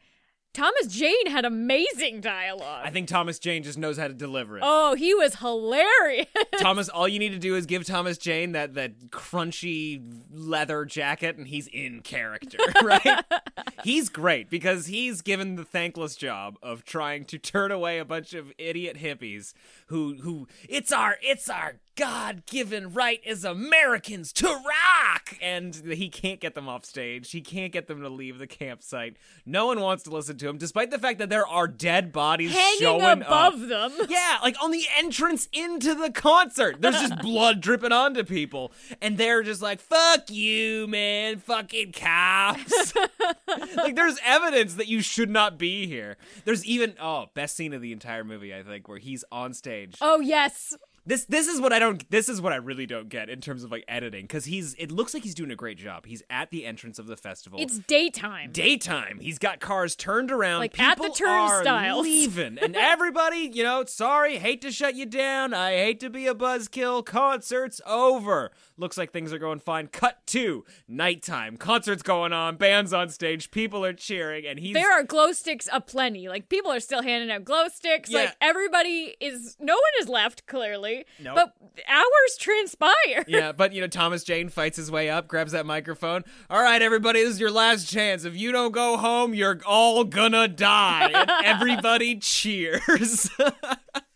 Speaker 2: Thomas Jane had amazing dialogue.
Speaker 1: I think Thomas Jane just knows how to deliver it.
Speaker 2: Oh, he was hilarious. *laughs*
Speaker 1: Thomas, all you need to do is give Thomas Jane that that crunchy leather jacket, and he's in
Speaker 2: *laughs*
Speaker 1: character, right? he's great because he's given the thankless job of trying to turn away a bunch of idiot hippies who who it's our it's our god-given right as Americans to rock, and he can't get them off stage. He can't get them to leave the campsite. No one wants to listen to him, despite the fact that there are dead bodies
Speaker 2: Hanging
Speaker 1: showing
Speaker 2: above
Speaker 1: up.
Speaker 2: them.
Speaker 1: Yeah, like on the entrance into the concert. There's just blood dripping onto people. And they're just like, fuck you, man, fucking cops. *laughs* like, there's evidence that you should not be here. There's even, oh, best scene of the entire movie, I think, where he's on stage.
Speaker 2: Oh yes.
Speaker 1: This this is what I don't this is what I really don't get in terms of like editing cuz he's it looks like he's doing a great job. He's at the entrance of the festival.
Speaker 2: It's daytime.
Speaker 1: daytime. He's got cars turned around.
Speaker 2: Like, at
Speaker 1: People
Speaker 2: the
Speaker 1: are
Speaker 2: turnstiles. *laughs*
Speaker 1: leaving, and everybody, you know, sorry, hate to shut you down. I hate to be a buzzkill. Concert's over. Looks like things are going fine. Cut to nighttime. Concert's going on. Bands on stage. People are cheering, and he's
Speaker 2: there are glow sticks aplenty. Like people are still handing out glow sticks.
Speaker 1: Yeah.
Speaker 2: Like everybody is no one is left clearly.
Speaker 1: Nope.
Speaker 2: But hours transpire.
Speaker 1: yeah, but you know, Thomas Jane fights his way up, grabs that microphone. All right, everybody, this is your last chance. If you don't go home, you're all gonna die.
Speaker 2: *laughs*
Speaker 1: And everybody cheers. *laughs*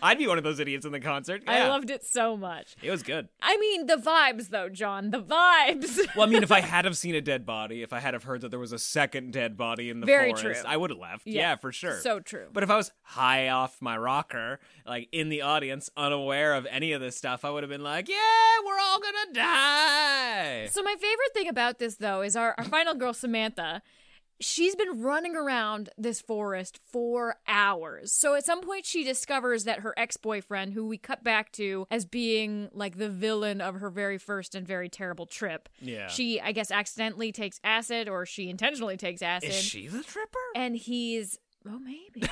Speaker 1: I'd be one of those idiots in the concert.
Speaker 2: *laughs* I
Speaker 1: Yeah.
Speaker 2: loved it so much.
Speaker 1: It was good.
Speaker 2: I mean the vibes though, John. The vibes.
Speaker 1: Well, I mean, if I had have seen a dead body, if I had have heard that there was a second dead body in the
Speaker 2: Very
Speaker 1: forest,
Speaker 2: true.
Speaker 1: I would have left. Yeah.
Speaker 2: Yeah.
Speaker 1: for sure.
Speaker 2: *laughs* So true.
Speaker 1: But if I was high off my rocker, like in the audience, unaware of any of this stuff, I would have been like, "Yeah, we're all gonna die."
Speaker 2: So my favorite thing about this though is our, our final girl Samantha. She's been running around this forest for hours. So at some point she discovers that her ex-boyfriend, who we cut back to as being like the villain of her very first and very terrible trip.
Speaker 10: Yeah.
Speaker 2: She I guess accidentally takes acid or she intentionally takes acid.
Speaker 1: the tripper?
Speaker 2: and he's oh maybe.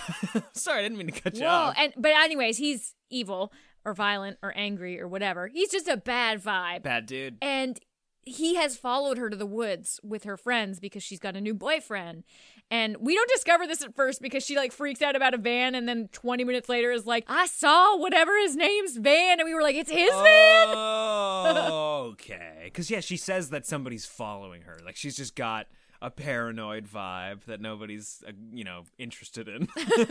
Speaker 1: Sorry, I didn't mean to cut you
Speaker 2: Whoa,
Speaker 1: off.
Speaker 2: and but anyways, he's evil or violent or angry or whatever. He's just a bad vibe.
Speaker 1: Bad dude.
Speaker 2: And he has followed her to the woods with her friends because she's got a new boyfriend. And we don't discover this at first because she like freaks out about a van and then 20 minutes later is like, "I saw whatever his name's van." And we were like, "It's his van?" *laughs*
Speaker 1: Oh, okay. Because yeah, she says that somebody's following her. Like she's just got a paranoid vibe that nobody's uh, you know interested in. *laughs*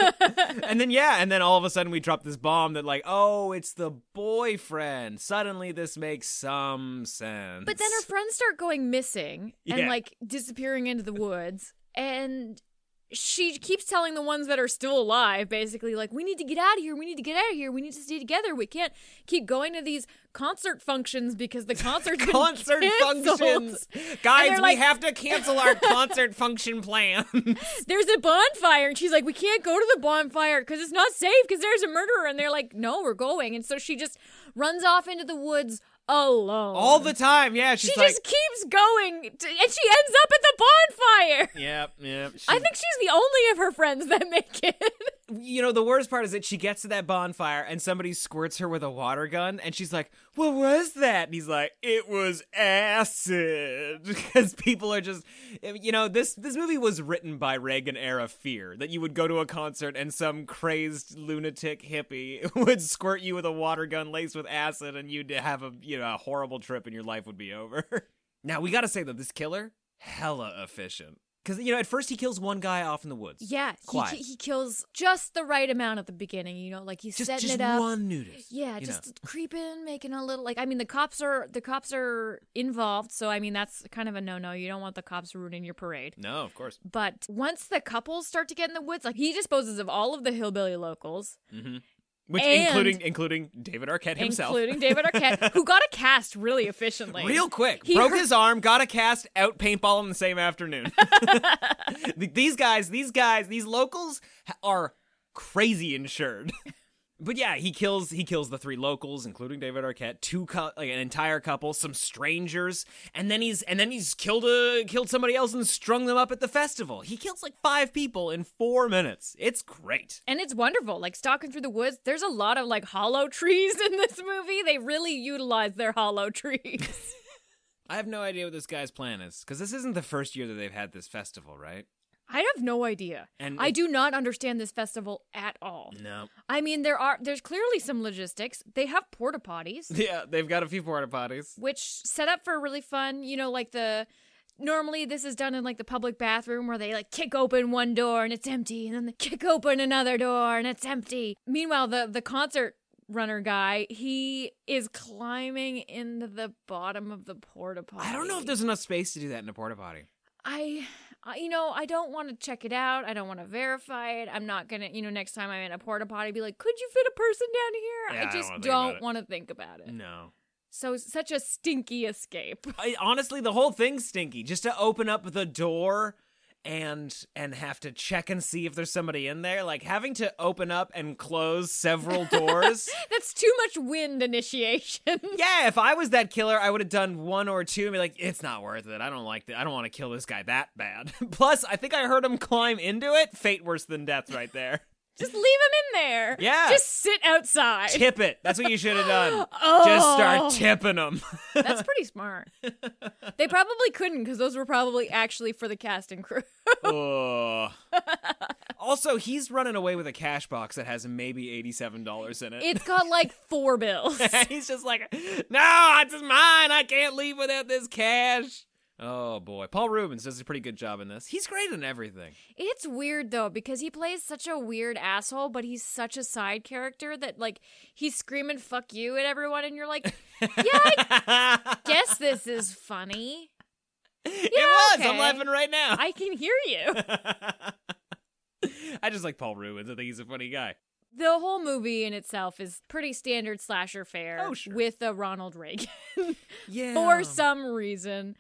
Speaker 1: and then yeah, and then all of a sudden we drop this bomb that like, oh, it's the boyfriend. Suddenly this makes some sense.
Speaker 2: But then her
Speaker 1: *laughs*
Speaker 2: friends start going missing and
Speaker 1: Yeah.
Speaker 2: like disappearing into the woods. And she keeps telling the ones that are still alive, basically, like, we need to get out of here. We need to get out of here. We need to stay together. We can't keep going to these concert functions because the concert's been
Speaker 1: concert
Speaker 2: canceled."
Speaker 1: functions,
Speaker 2: And
Speaker 1: guys.
Speaker 2: they're
Speaker 1: We
Speaker 2: like,
Speaker 1: have to cancel our concert function plan.
Speaker 2: *laughs*
Speaker 1: *laughs*
Speaker 2: There's a bonfire. And she's like, we can't go to the bonfire because it's not safe because there's a murderer. And they're like, no, we're going. And so she just runs off into the woods alone.
Speaker 1: all the time. Yeah, she's
Speaker 2: she
Speaker 1: like,
Speaker 2: just keeps going, t- and she ends up at the bonfire.
Speaker 1: yep, yep. She
Speaker 2: I think she's the only of her friends that make it. *laughs*
Speaker 1: you know, the worst part is that she gets to that bonfire and somebody squirts her with a water gun, and she's like, "What was that?" And he's like, "It was acid." *laughs* Because people are just, you know, this this movie was written by Reagan era fear that you would go to a concert and some crazed lunatic hippie *laughs* would squirt you with a water gun laced with acid, and you'd have a you know a horrible trip, and your life would be over. *laughs* now we gotta say though, this killer hella efficient. Because you know, at first he kills one guy off in the woods.
Speaker 2: Yeah, he,
Speaker 1: Quiet.
Speaker 2: ki- he kills just the right amount at the beginning. You know, like he's
Speaker 1: Just-
Speaker 2: setting
Speaker 1: just
Speaker 2: it up.
Speaker 1: one nudist,
Speaker 2: Yeah,
Speaker 1: you
Speaker 2: just
Speaker 1: know. *laughs*
Speaker 2: creeping, making a little like. I mean, the cops are the cops are involved, so I mean that's kind of a no no. You don't want the cops ruining your parade.
Speaker 1: No, of course.
Speaker 2: But once the couples start to get in the woods, like he disposes of all of the hillbilly locals,
Speaker 1: Mm-hmm. Which
Speaker 2: And-
Speaker 1: including including David Arquette himself,
Speaker 2: including David
Speaker 1: *laughs*
Speaker 2: Arquette, who got a cast really efficiently,
Speaker 1: Real quick,
Speaker 2: He
Speaker 1: broke
Speaker 2: hur-
Speaker 1: his arm, got a cast, out paintball in the same
Speaker 2: *laughs*
Speaker 1: afternoon. *laughs* Th- these guys, these guys, these locals ha- are crazy insured. *laughs* But yeah, he kills he kills the three locals, including David Arquette, two cou- like an entire couple, some strangers, and then he's and then he's killed a, killed somebody else and strung them up at the festival. He kills like five people in four minutes. It's great.
Speaker 2: And it's wonderful. Like stalking through the woods, there's a lot of like hollow *laughs* trees in this movie. They really utilize their hollow *laughs* trees.
Speaker 1: I have no idea what this guy's plan is because this isn't the first year that they've had this festival, right?
Speaker 2: I have no idea.
Speaker 1: And
Speaker 2: I
Speaker 1: it- Mm.
Speaker 2: do not understand this festival at all.
Speaker 1: No.
Speaker 2: I mean, there are there's clearly some logistics. They have porta potties.
Speaker 1: *laughs* Yeah, they've got a few porta potties.
Speaker 2: which set up for really fun, you know, like the normally this is done in like the public bathroom where they like kick open one door and it's empty and then they kick open another door and it's empty. Meanwhile, the the concert runner guy, he is climbing into the bottom of the porta potty.
Speaker 1: I don't know if there's enough space to do that in a porta potty.
Speaker 2: I, I you know, I don't want to check it out. I don't want to verify it. I'm not going to, you know, next time I'm in a porta potty be like, "Could you fit a person down
Speaker 1: Yeah,
Speaker 2: here?"
Speaker 1: I
Speaker 2: I
Speaker 1: don't wanna
Speaker 2: just
Speaker 1: think about
Speaker 2: don't
Speaker 1: it.
Speaker 2: want to think about it.
Speaker 1: No.
Speaker 2: So such a stinky escape.
Speaker 1: I, honestly, the whole thing's stinky. Just to open up the door and and have to check and see if there's somebody in there. Like having to open up and close *laughs* several doors.
Speaker 2: That's too much wind initiation. *laughs*
Speaker 1: yeah, if I was that killer, I would have done one or two and be like, it's not worth it. I don't like that. I don't want to kill this guy that bad. *laughs* Plus, I think I heard him climb into it. Fate worse than death right there.
Speaker 2: Just leave him in there.
Speaker 1: Yeah.
Speaker 2: Just sit outside.
Speaker 1: Tip it. That's what you should have
Speaker 2: *laughs*
Speaker 1: done.
Speaker 2: Oh.
Speaker 1: Just start tipping him.
Speaker 2: That's pretty smart. they probably couldn't because those were probably actually for the cast and crew. *laughs*
Speaker 1: Ugh. *laughs* also, he's running away with a cash box that has maybe eighty-seven dollars in it. *laughs*
Speaker 2: It's got like four bills.
Speaker 1: he's just like, no, it's mine. I can't leave without this cash. Oh boy, Paul Rubens does a pretty good job in this. He's great in everything. *laughs*
Speaker 2: It's weird though because he plays such a weird asshole, but he's such a side character that like he's screaming "fuck you" at everyone, and you're like, yeah, I guess this is funny.
Speaker 1: it was. I'm
Speaker 2: okay.
Speaker 1: laughing right now.
Speaker 2: I can hear you.
Speaker 1: *laughs* I just like Paul Rubens. I think he's a funny guy.
Speaker 2: The whole movie in itself is pretty standard slasher fare with a Ronald Reagan.
Speaker 1: Yeah.
Speaker 2: for some reason.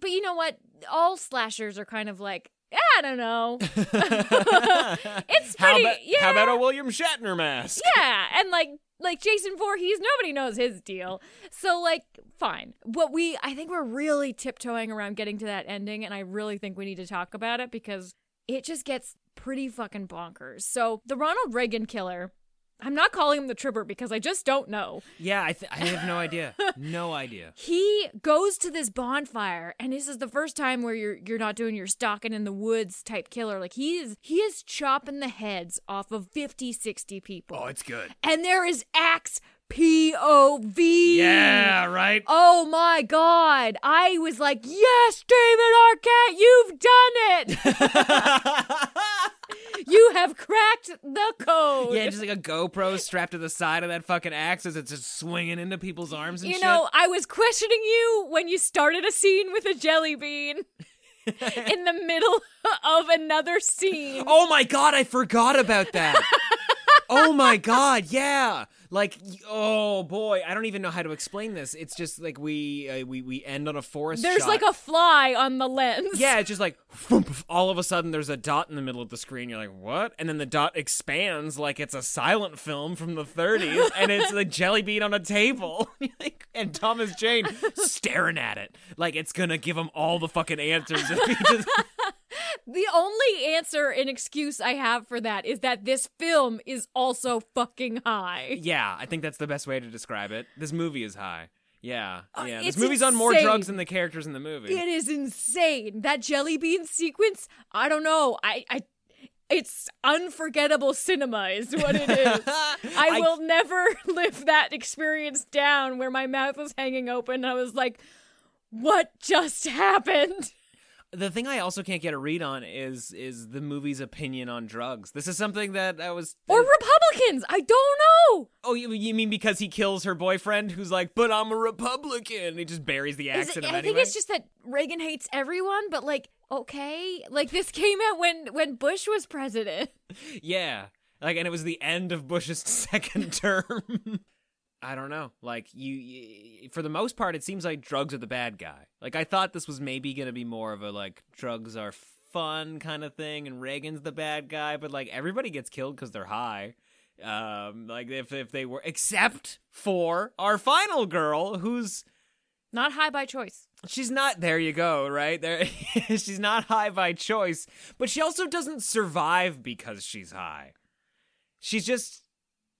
Speaker 2: But you know what? All slashers are kind of like, I don't
Speaker 1: *laughs*
Speaker 2: know. *laughs* it's
Speaker 1: How
Speaker 2: pretty,
Speaker 1: about,
Speaker 2: yeah,
Speaker 1: how about a William Shatner mask?
Speaker 2: yeah, and like like Jason Voorhees, nobody knows his deal. So like, fine. What we I think we're really tiptoeing around getting to that ending, and I really think we need to talk about it because it just gets pretty fucking bonkers. So the Ronald Reagan killer. I'm not calling him the tripper because I just don't know.
Speaker 1: Yeah, I, th- I have no idea. No idea.
Speaker 2: He goes to this bonfire, and this is the first time where you're you're not doing your stalking in the woods type killer. Like he is he is chopping the heads off of 50, 60 people. Oh,
Speaker 3: it's good.
Speaker 2: And there is axe POV.
Speaker 1: Yeah, right?
Speaker 2: Oh my god. I was like, yes, David Arquette, you've done it. you have cracked the code.
Speaker 1: *laughs*
Speaker 2: *laughs*
Speaker 1: Yeah, just like a GoPro strapped to the side of that fucking axe as it's just swinging into people's arms and
Speaker 2: you
Speaker 1: shit.
Speaker 2: know, um, I was questioning you when you started a scene with a jelly bean
Speaker 1: *laughs*
Speaker 2: in the middle of another scene.
Speaker 1: oh my god, I forgot about
Speaker 2: *laughs*
Speaker 1: that. oh my god, yeah. Like, y- oh boy, I don't even know how to explain this. It's just like we uh, we we end on a forest.
Speaker 2: There's
Speaker 1: shot.
Speaker 2: like a fly on the lens.
Speaker 1: Yeah, it's just like whoomp, all of a sudden there's a dot in the middle of the screen. You're like, what? And then the dot expands like it's a silent film from the 30s, and it's a jelly bean on a table, *laughs* Like, and Thomas Jane staring at it like it's gonna give him all the fucking answers. *laughs* If he just...
Speaker 2: The only answer and excuse I have for that is that this film is also fucking high.
Speaker 1: Yeah, I think that's the best way to describe it. This movie is high. Yeah, yeah.
Speaker 2: Uh, it's
Speaker 1: this movie's on more
Speaker 2: insane.
Speaker 1: drugs than the characters in the movie.
Speaker 2: It is insane. That jelly bean sequence, I don't know. I I it's unforgettable cinema is what it
Speaker 1: *laughs*
Speaker 2: is. I,
Speaker 1: I-
Speaker 2: will never *laughs* live that experience down where my mouth was hanging open. I was like, what just happened?
Speaker 1: the thing I also can't get a read on is is the movie's opinion on drugs. This is something that I was
Speaker 2: Or Republicans. I don't know.
Speaker 1: Oh, you, you mean because he kills her boyfriend, who's like, "But I'm a Republican." He just buries the
Speaker 2: Is
Speaker 1: axe in
Speaker 2: it-
Speaker 1: him
Speaker 2: I
Speaker 1: anyway.
Speaker 2: think it's just that Reagan hates everyone, but like, okay. Like this came out when when Bush was president.
Speaker 1: yeah, like, and it was the end of Bush's *laughs* second term. I don't know. Like you, y for the most part, it seems like drugs are the bad guy. Like I thought this was maybe gonna be more of a like drugs are fun kind of thing, and Reagan's the bad guy. But like everybody gets killed because they're high. Um, like if if they were, except for our final girl, who's
Speaker 2: Not high by choice.
Speaker 1: she's not there you go right there *laughs* she's not high by choice but she also doesn't survive because she's high she's just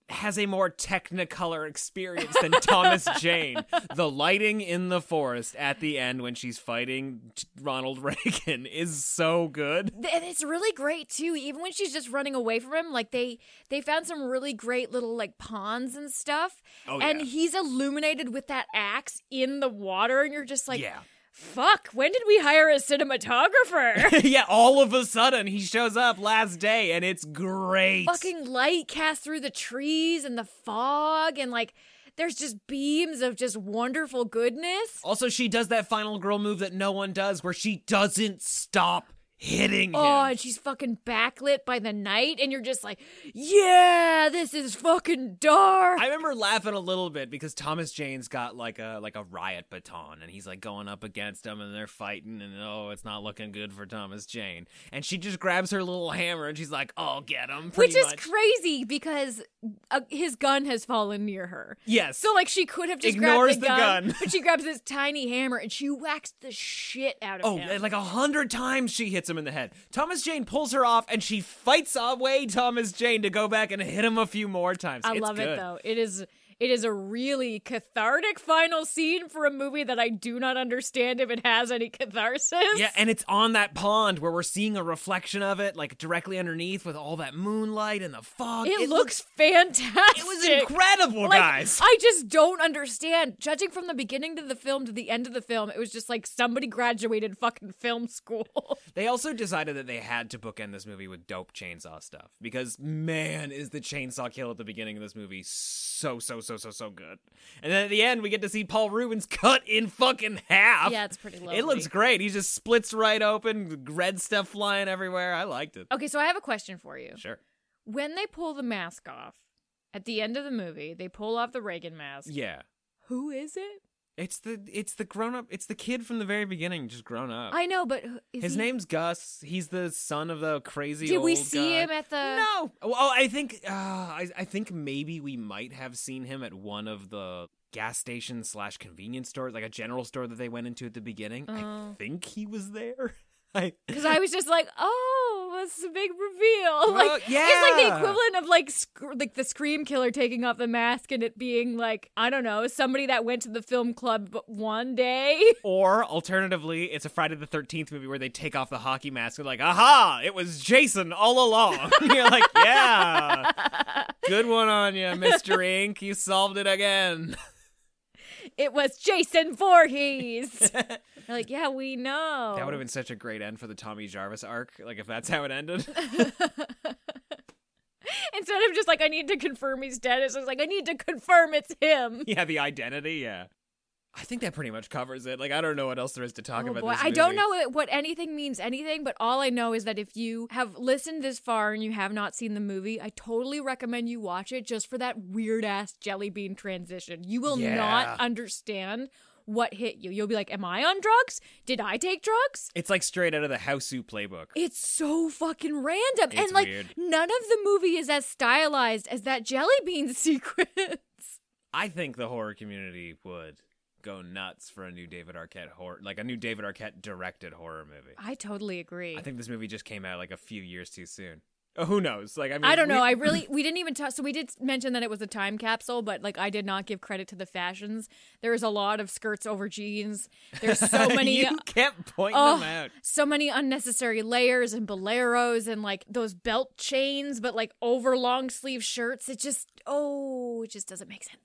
Speaker 1: has a more technicolor experience
Speaker 2: *laughs*
Speaker 1: than Thomas Jane. The lighting in the forest at the end when she's fighting Ronald *laughs* Reagan is so good.
Speaker 2: Th- And it's really great too. Even when she's just running away from him, like they they found some really great little like ponds and stuff.
Speaker 1: Oh,
Speaker 2: and
Speaker 1: yeah.
Speaker 2: he's illuminated with that axe in the water, and you're just like,
Speaker 1: Yeah. *laughs*
Speaker 2: fuck. When did we hire
Speaker 1: *laughs*
Speaker 2: a cinematographer?
Speaker 1: yeah, all of a sudden he shows up last day and it's great.
Speaker 2: Fucking light cast through the trees and the fog, and like there's just beams of just wonderful goodness.
Speaker 1: Also, she does that final girl move that no one does where she doesn't stop hitting him.
Speaker 2: Oh, and she's fucking backlit by the night, and you're just like, yeah, this is fucking dark.
Speaker 1: I remember laughing a little bit because Thomas Jane's got like a like a riot baton and he's like going up against them and they're fighting and oh it's not looking good for Thomas Jane and she just grabs her little hammer and she's like I'll get him
Speaker 2: Which
Speaker 1: pretty
Speaker 2: is
Speaker 1: much.
Speaker 2: crazy because uh, his gun has fallen near her.
Speaker 1: Yes.
Speaker 2: So like she could have just
Speaker 1: Ignores the
Speaker 2: grabbed the gun,
Speaker 1: gun.
Speaker 2: but she grabs this tiny hammer and she whacks the shit out of
Speaker 1: Oh,
Speaker 2: him.
Speaker 1: like a hundred times she hits him in the head. Thomas Jane pulls her off, and she fights away Thomas Jane to go back and hit him a few more times.
Speaker 2: I
Speaker 1: It's
Speaker 2: love it
Speaker 1: good.
Speaker 2: though. It is it is a really cathartic final scene for a movie that I do not understand if it has any catharsis.
Speaker 1: Yeah, and it's on that pond where we're seeing a reflection of it, like directly underneath, with all that moonlight and the fog.
Speaker 2: It, looks fantastic. It
Speaker 1: was incredible, guys.
Speaker 2: *laughs* I just don't understand. Judging from the beginning to the film to the end of the film, it was just like somebody graduated fucking film school. *laughs*
Speaker 1: They also decided that they had to bookend this movie with dope chainsaw stuff because man, is the chainsaw kill at the beginning of this movie so so so so so good. And then at the end, we get to see Paul Rubens *laughs* cut in fucking half.
Speaker 2: Yeah, it's pretty
Speaker 1: It
Speaker 2: lovely.
Speaker 1: looks great. He just splits right open, red stuff flying everywhere. I liked it.
Speaker 2: Okay, so I have a question for you.
Speaker 1: Sure.
Speaker 2: When they pull the mask off at the end of the movie, they pull off the Reagan mask.
Speaker 1: Yeah.
Speaker 2: Who is it?
Speaker 1: It's the it's the grown up. It's the kid from the very beginning, just grown up.
Speaker 2: I know, but who- is
Speaker 1: His
Speaker 2: he-
Speaker 1: name's Gus. He's the son of the crazy.
Speaker 2: Did we
Speaker 1: old
Speaker 2: see
Speaker 1: guy.
Speaker 2: him at the?
Speaker 1: No. Well, I think uh, I, I think maybe we might have seen him at one of the gas station slash convenience stores, like a general store that they went into at the beginning. I
Speaker 2: Oh.
Speaker 1: think he was there. *laughs* I
Speaker 2: Because I was just like, oh, that's a big
Speaker 1: Well,
Speaker 2: reveal. like, it's like
Speaker 1: yeah.
Speaker 2: the equivalent of like, sc- like the Scream Killer taking off the mask and it being like, I don't know, somebody that went to the film club one day. *laughs*
Speaker 1: Or alternatively, it's a Friday the Thirteenth movie where they take off the hockey mask. They're like, "Aha! It was Jason all along." *laughs* You're like,
Speaker 2: *laughs*
Speaker 1: "Yeah, good one on you, Mister Ink. You solved it again."
Speaker 2: It was
Speaker 1: *laughs*
Speaker 2: Jason Voorhees. They're like, yeah, we know.
Speaker 1: That would have been such a great end for the Tommy Jarvis arc. Like if that's how it
Speaker 2: *laughs*
Speaker 1: ended. *laughs*
Speaker 2: Instead of just like, I need to confirm he's dead, it's just like, I need to confirm it's him.
Speaker 1: yeah, the identity. Yeah, I think that pretty much covers it. Like, I don't know what else there is to talk
Speaker 2: Oh
Speaker 1: about.
Speaker 2: boy,
Speaker 1: This
Speaker 2: I don't
Speaker 1: movie.
Speaker 2: know it- what anything means anything, but all I know is that if you have listened this far and you have not seen the movie, I totally recommend you watch it just for that weird ass jelly bean transition. You will
Speaker 1: Yeah.
Speaker 2: not understand what hit you. You'll be like, "Am I on drugs? Did I take drugs?"
Speaker 1: It's like straight out of the Houseu playbook.
Speaker 2: It's so fucking random,
Speaker 1: It's
Speaker 2: and like
Speaker 1: weird.
Speaker 2: none of the movie is as stylized as that jelly bean *laughs* sequence.
Speaker 1: I think the horror community would go nuts for a new David Arquette horror, like a new David Arquette directed horror movie.
Speaker 2: I totally agree.
Speaker 1: I think this movie just came out like a few years too soon. Uh, Who knows? Like, I mean,
Speaker 2: I don't know.
Speaker 1: we-
Speaker 2: I really we didn't even touch. So we did mention that it was a time capsule, but like I did not give credit to the fashions. There's a lot of skirts over jeans.
Speaker 1: *laughs*
Speaker 2: There's so many.
Speaker 1: you kept pointing
Speaker 2: Oh,
Speaker 1: them out.
Speaker 2: so many unnecessary layers and boleros and like those belt chains, but like over long sleeve shirts. It just oh, it just doesn't make sense.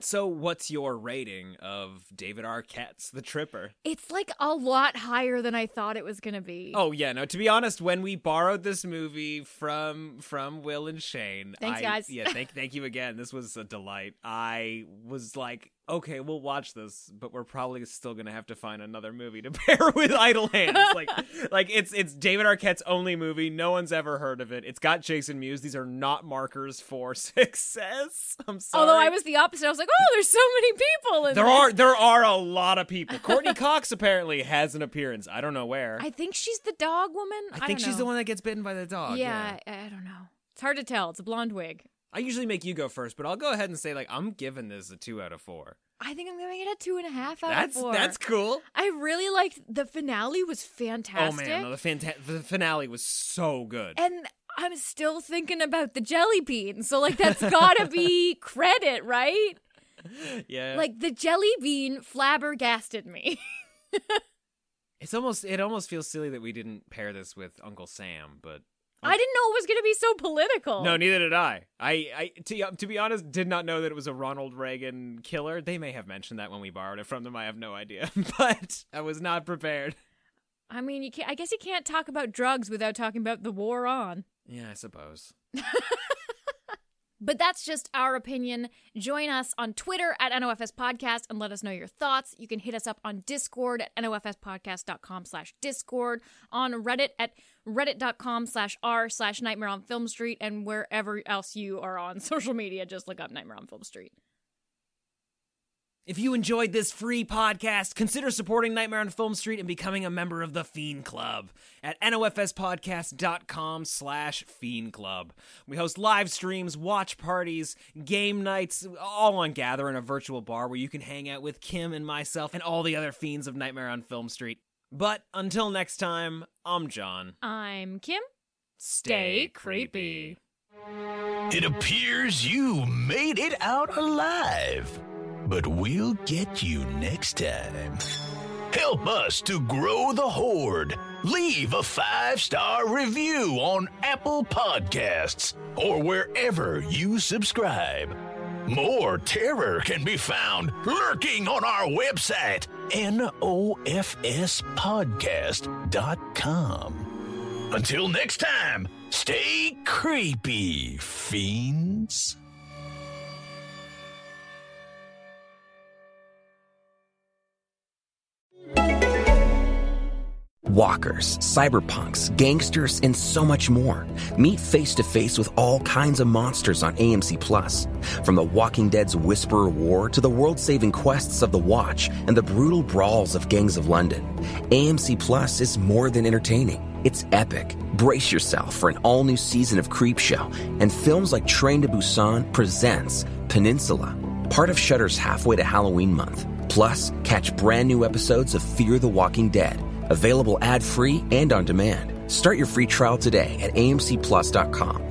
Speaker 1: So, what's your rating of David Arquette's The Tripper?
Speaker 2: It's like a lot higher than I thought it was gonna be.
Speaker 1: Oh yeah, no. To be honest, when we borrowed this movie from from Will and Shane,
Speaker 2: Thanks,
Speaker 1: I-
Speaker 2: guys.
Speaker 1: Yeah,
Speaker 2: *laughs*
Speaker 1: thank thank you again. This was a delight. I was like, okay, we'll watch this, but we're probably still gonna have to find another movie to *laughs* pair with Idle Hands.
Speaker 2: *laughs*
Speaker 1: Like, like it's it's David Arquette's only movie. No one's ever heard of it. It's got Jason Mewes. These are not markers for *laughs* success. I'm sorry.
Speaker 2: Although I was the opposite. I was like, oh, there's so many people. In
Speaker 1: There
Speaker 2: this.
Speaker 1: are there are a lot of people.
Speaker 2: *laughs*
Speaker 1: Courtney Cox apparently has an appearance. I don't know where.
Speaker 2: I think she's the dog woman. I,
Speaker 1: I think
Speaker 2: don't
Speaker 1: she's the
Speaker 2: know.
Speaker 1: one that gets bitten by the dog. yeah.
Speaker 2: yeah, I, I don't know. It's hard to tell. It's a blonde wig.
Speaker 1: I usually make you go first, but I'll go ahead and say like I'm giving this a two out of four.
Speaker 2: I think I'm giving it a two and a half out
Speaker 1: That's
Speaker 2: of four.
Speaker 1: that's cool.
Speaker 2: I really liked the finale was fantastic.
Speaker 1: Oh man, no, the, fanta- the finale was so good.
Speaker 2: and I'm still thinking about the jelly beans. So like that's gotta
Speaker 1: *laughs*
Speaker 2: be credit, right?
Speaker 1: Yeah.
Speaker 2: Like the jelly bean flabbergasted
Speaker 1: *laughs*
Speaker 2: me.
Speaker 1: it's almost it almost feels silly that we didn't pair this with Uncle Sam, but
Speaker 2: I didn't know it was gonna be so political.
Speaker 1: no, neither did I. I, I to, to be honest, did not know that it was a Ronald Reagan killer. They may have mentioned that when we borrowed it from them. I have no idea, *laughs* but I was not prepared.
Speaker 2: I mean, you can't. I guess you can't talk about drugs without talking about the war on.
Speaker 1: Yeah, I suppose.
Speaker 2: But that's just our opinion. Join us on Twitter at NOFS Podcast and let us know your thoughts. You can hit us up on Discord at nofspodcast.com slash Discord, on Reddit at reddit.com slash r slash Nightmare on Film Street, and wherever else you are on *laughs* social media, just look up Nightmare on Film Street.
Speaker 1: If you enjoyed this free podcast, consider supporting Nightmare on Film Street and becoming a member of the Fiend Club at nofspodcast.com slash Fiend Club. We host live streams, watch parties, game nights, all on Gather in a virtual bar where you can hang out with Kim and myself and all the other fiends of Nightmare on Film Street. But until next time, I'm John.
Speaker 2: I'm Kim.
Speaker 1: Stay
Speaker 2: creepy.
Speaker 13: It appears you made it out alive, but we'll get you next time. Help us to grow the horde. Leave a five star review on Apple Podcasts or wherever you subscribe. More terror can be found lurking on our website, nofspodcast.com. Until next time, stay creepy, fiends.
Speaker 8: Walkers, cyberpunks, gangsters, and so much more. Meet face to face with all kinds of monsters on AMC Plus. From The Walking Dead's Whisperer War to the world saving quests of The Watch and the brutal brawls of Gangs of London, AMC Plus is more than entertaining. It's epic. Brace yourself for an all new season of Creepshow and films like Train to Busan presents Peninsula, part of Shudder's halfway to Halloween month. Plus, catch brand new episodes of Fear the Walking Dead, available ad free and on demand. Start your free trial today at amcplus.com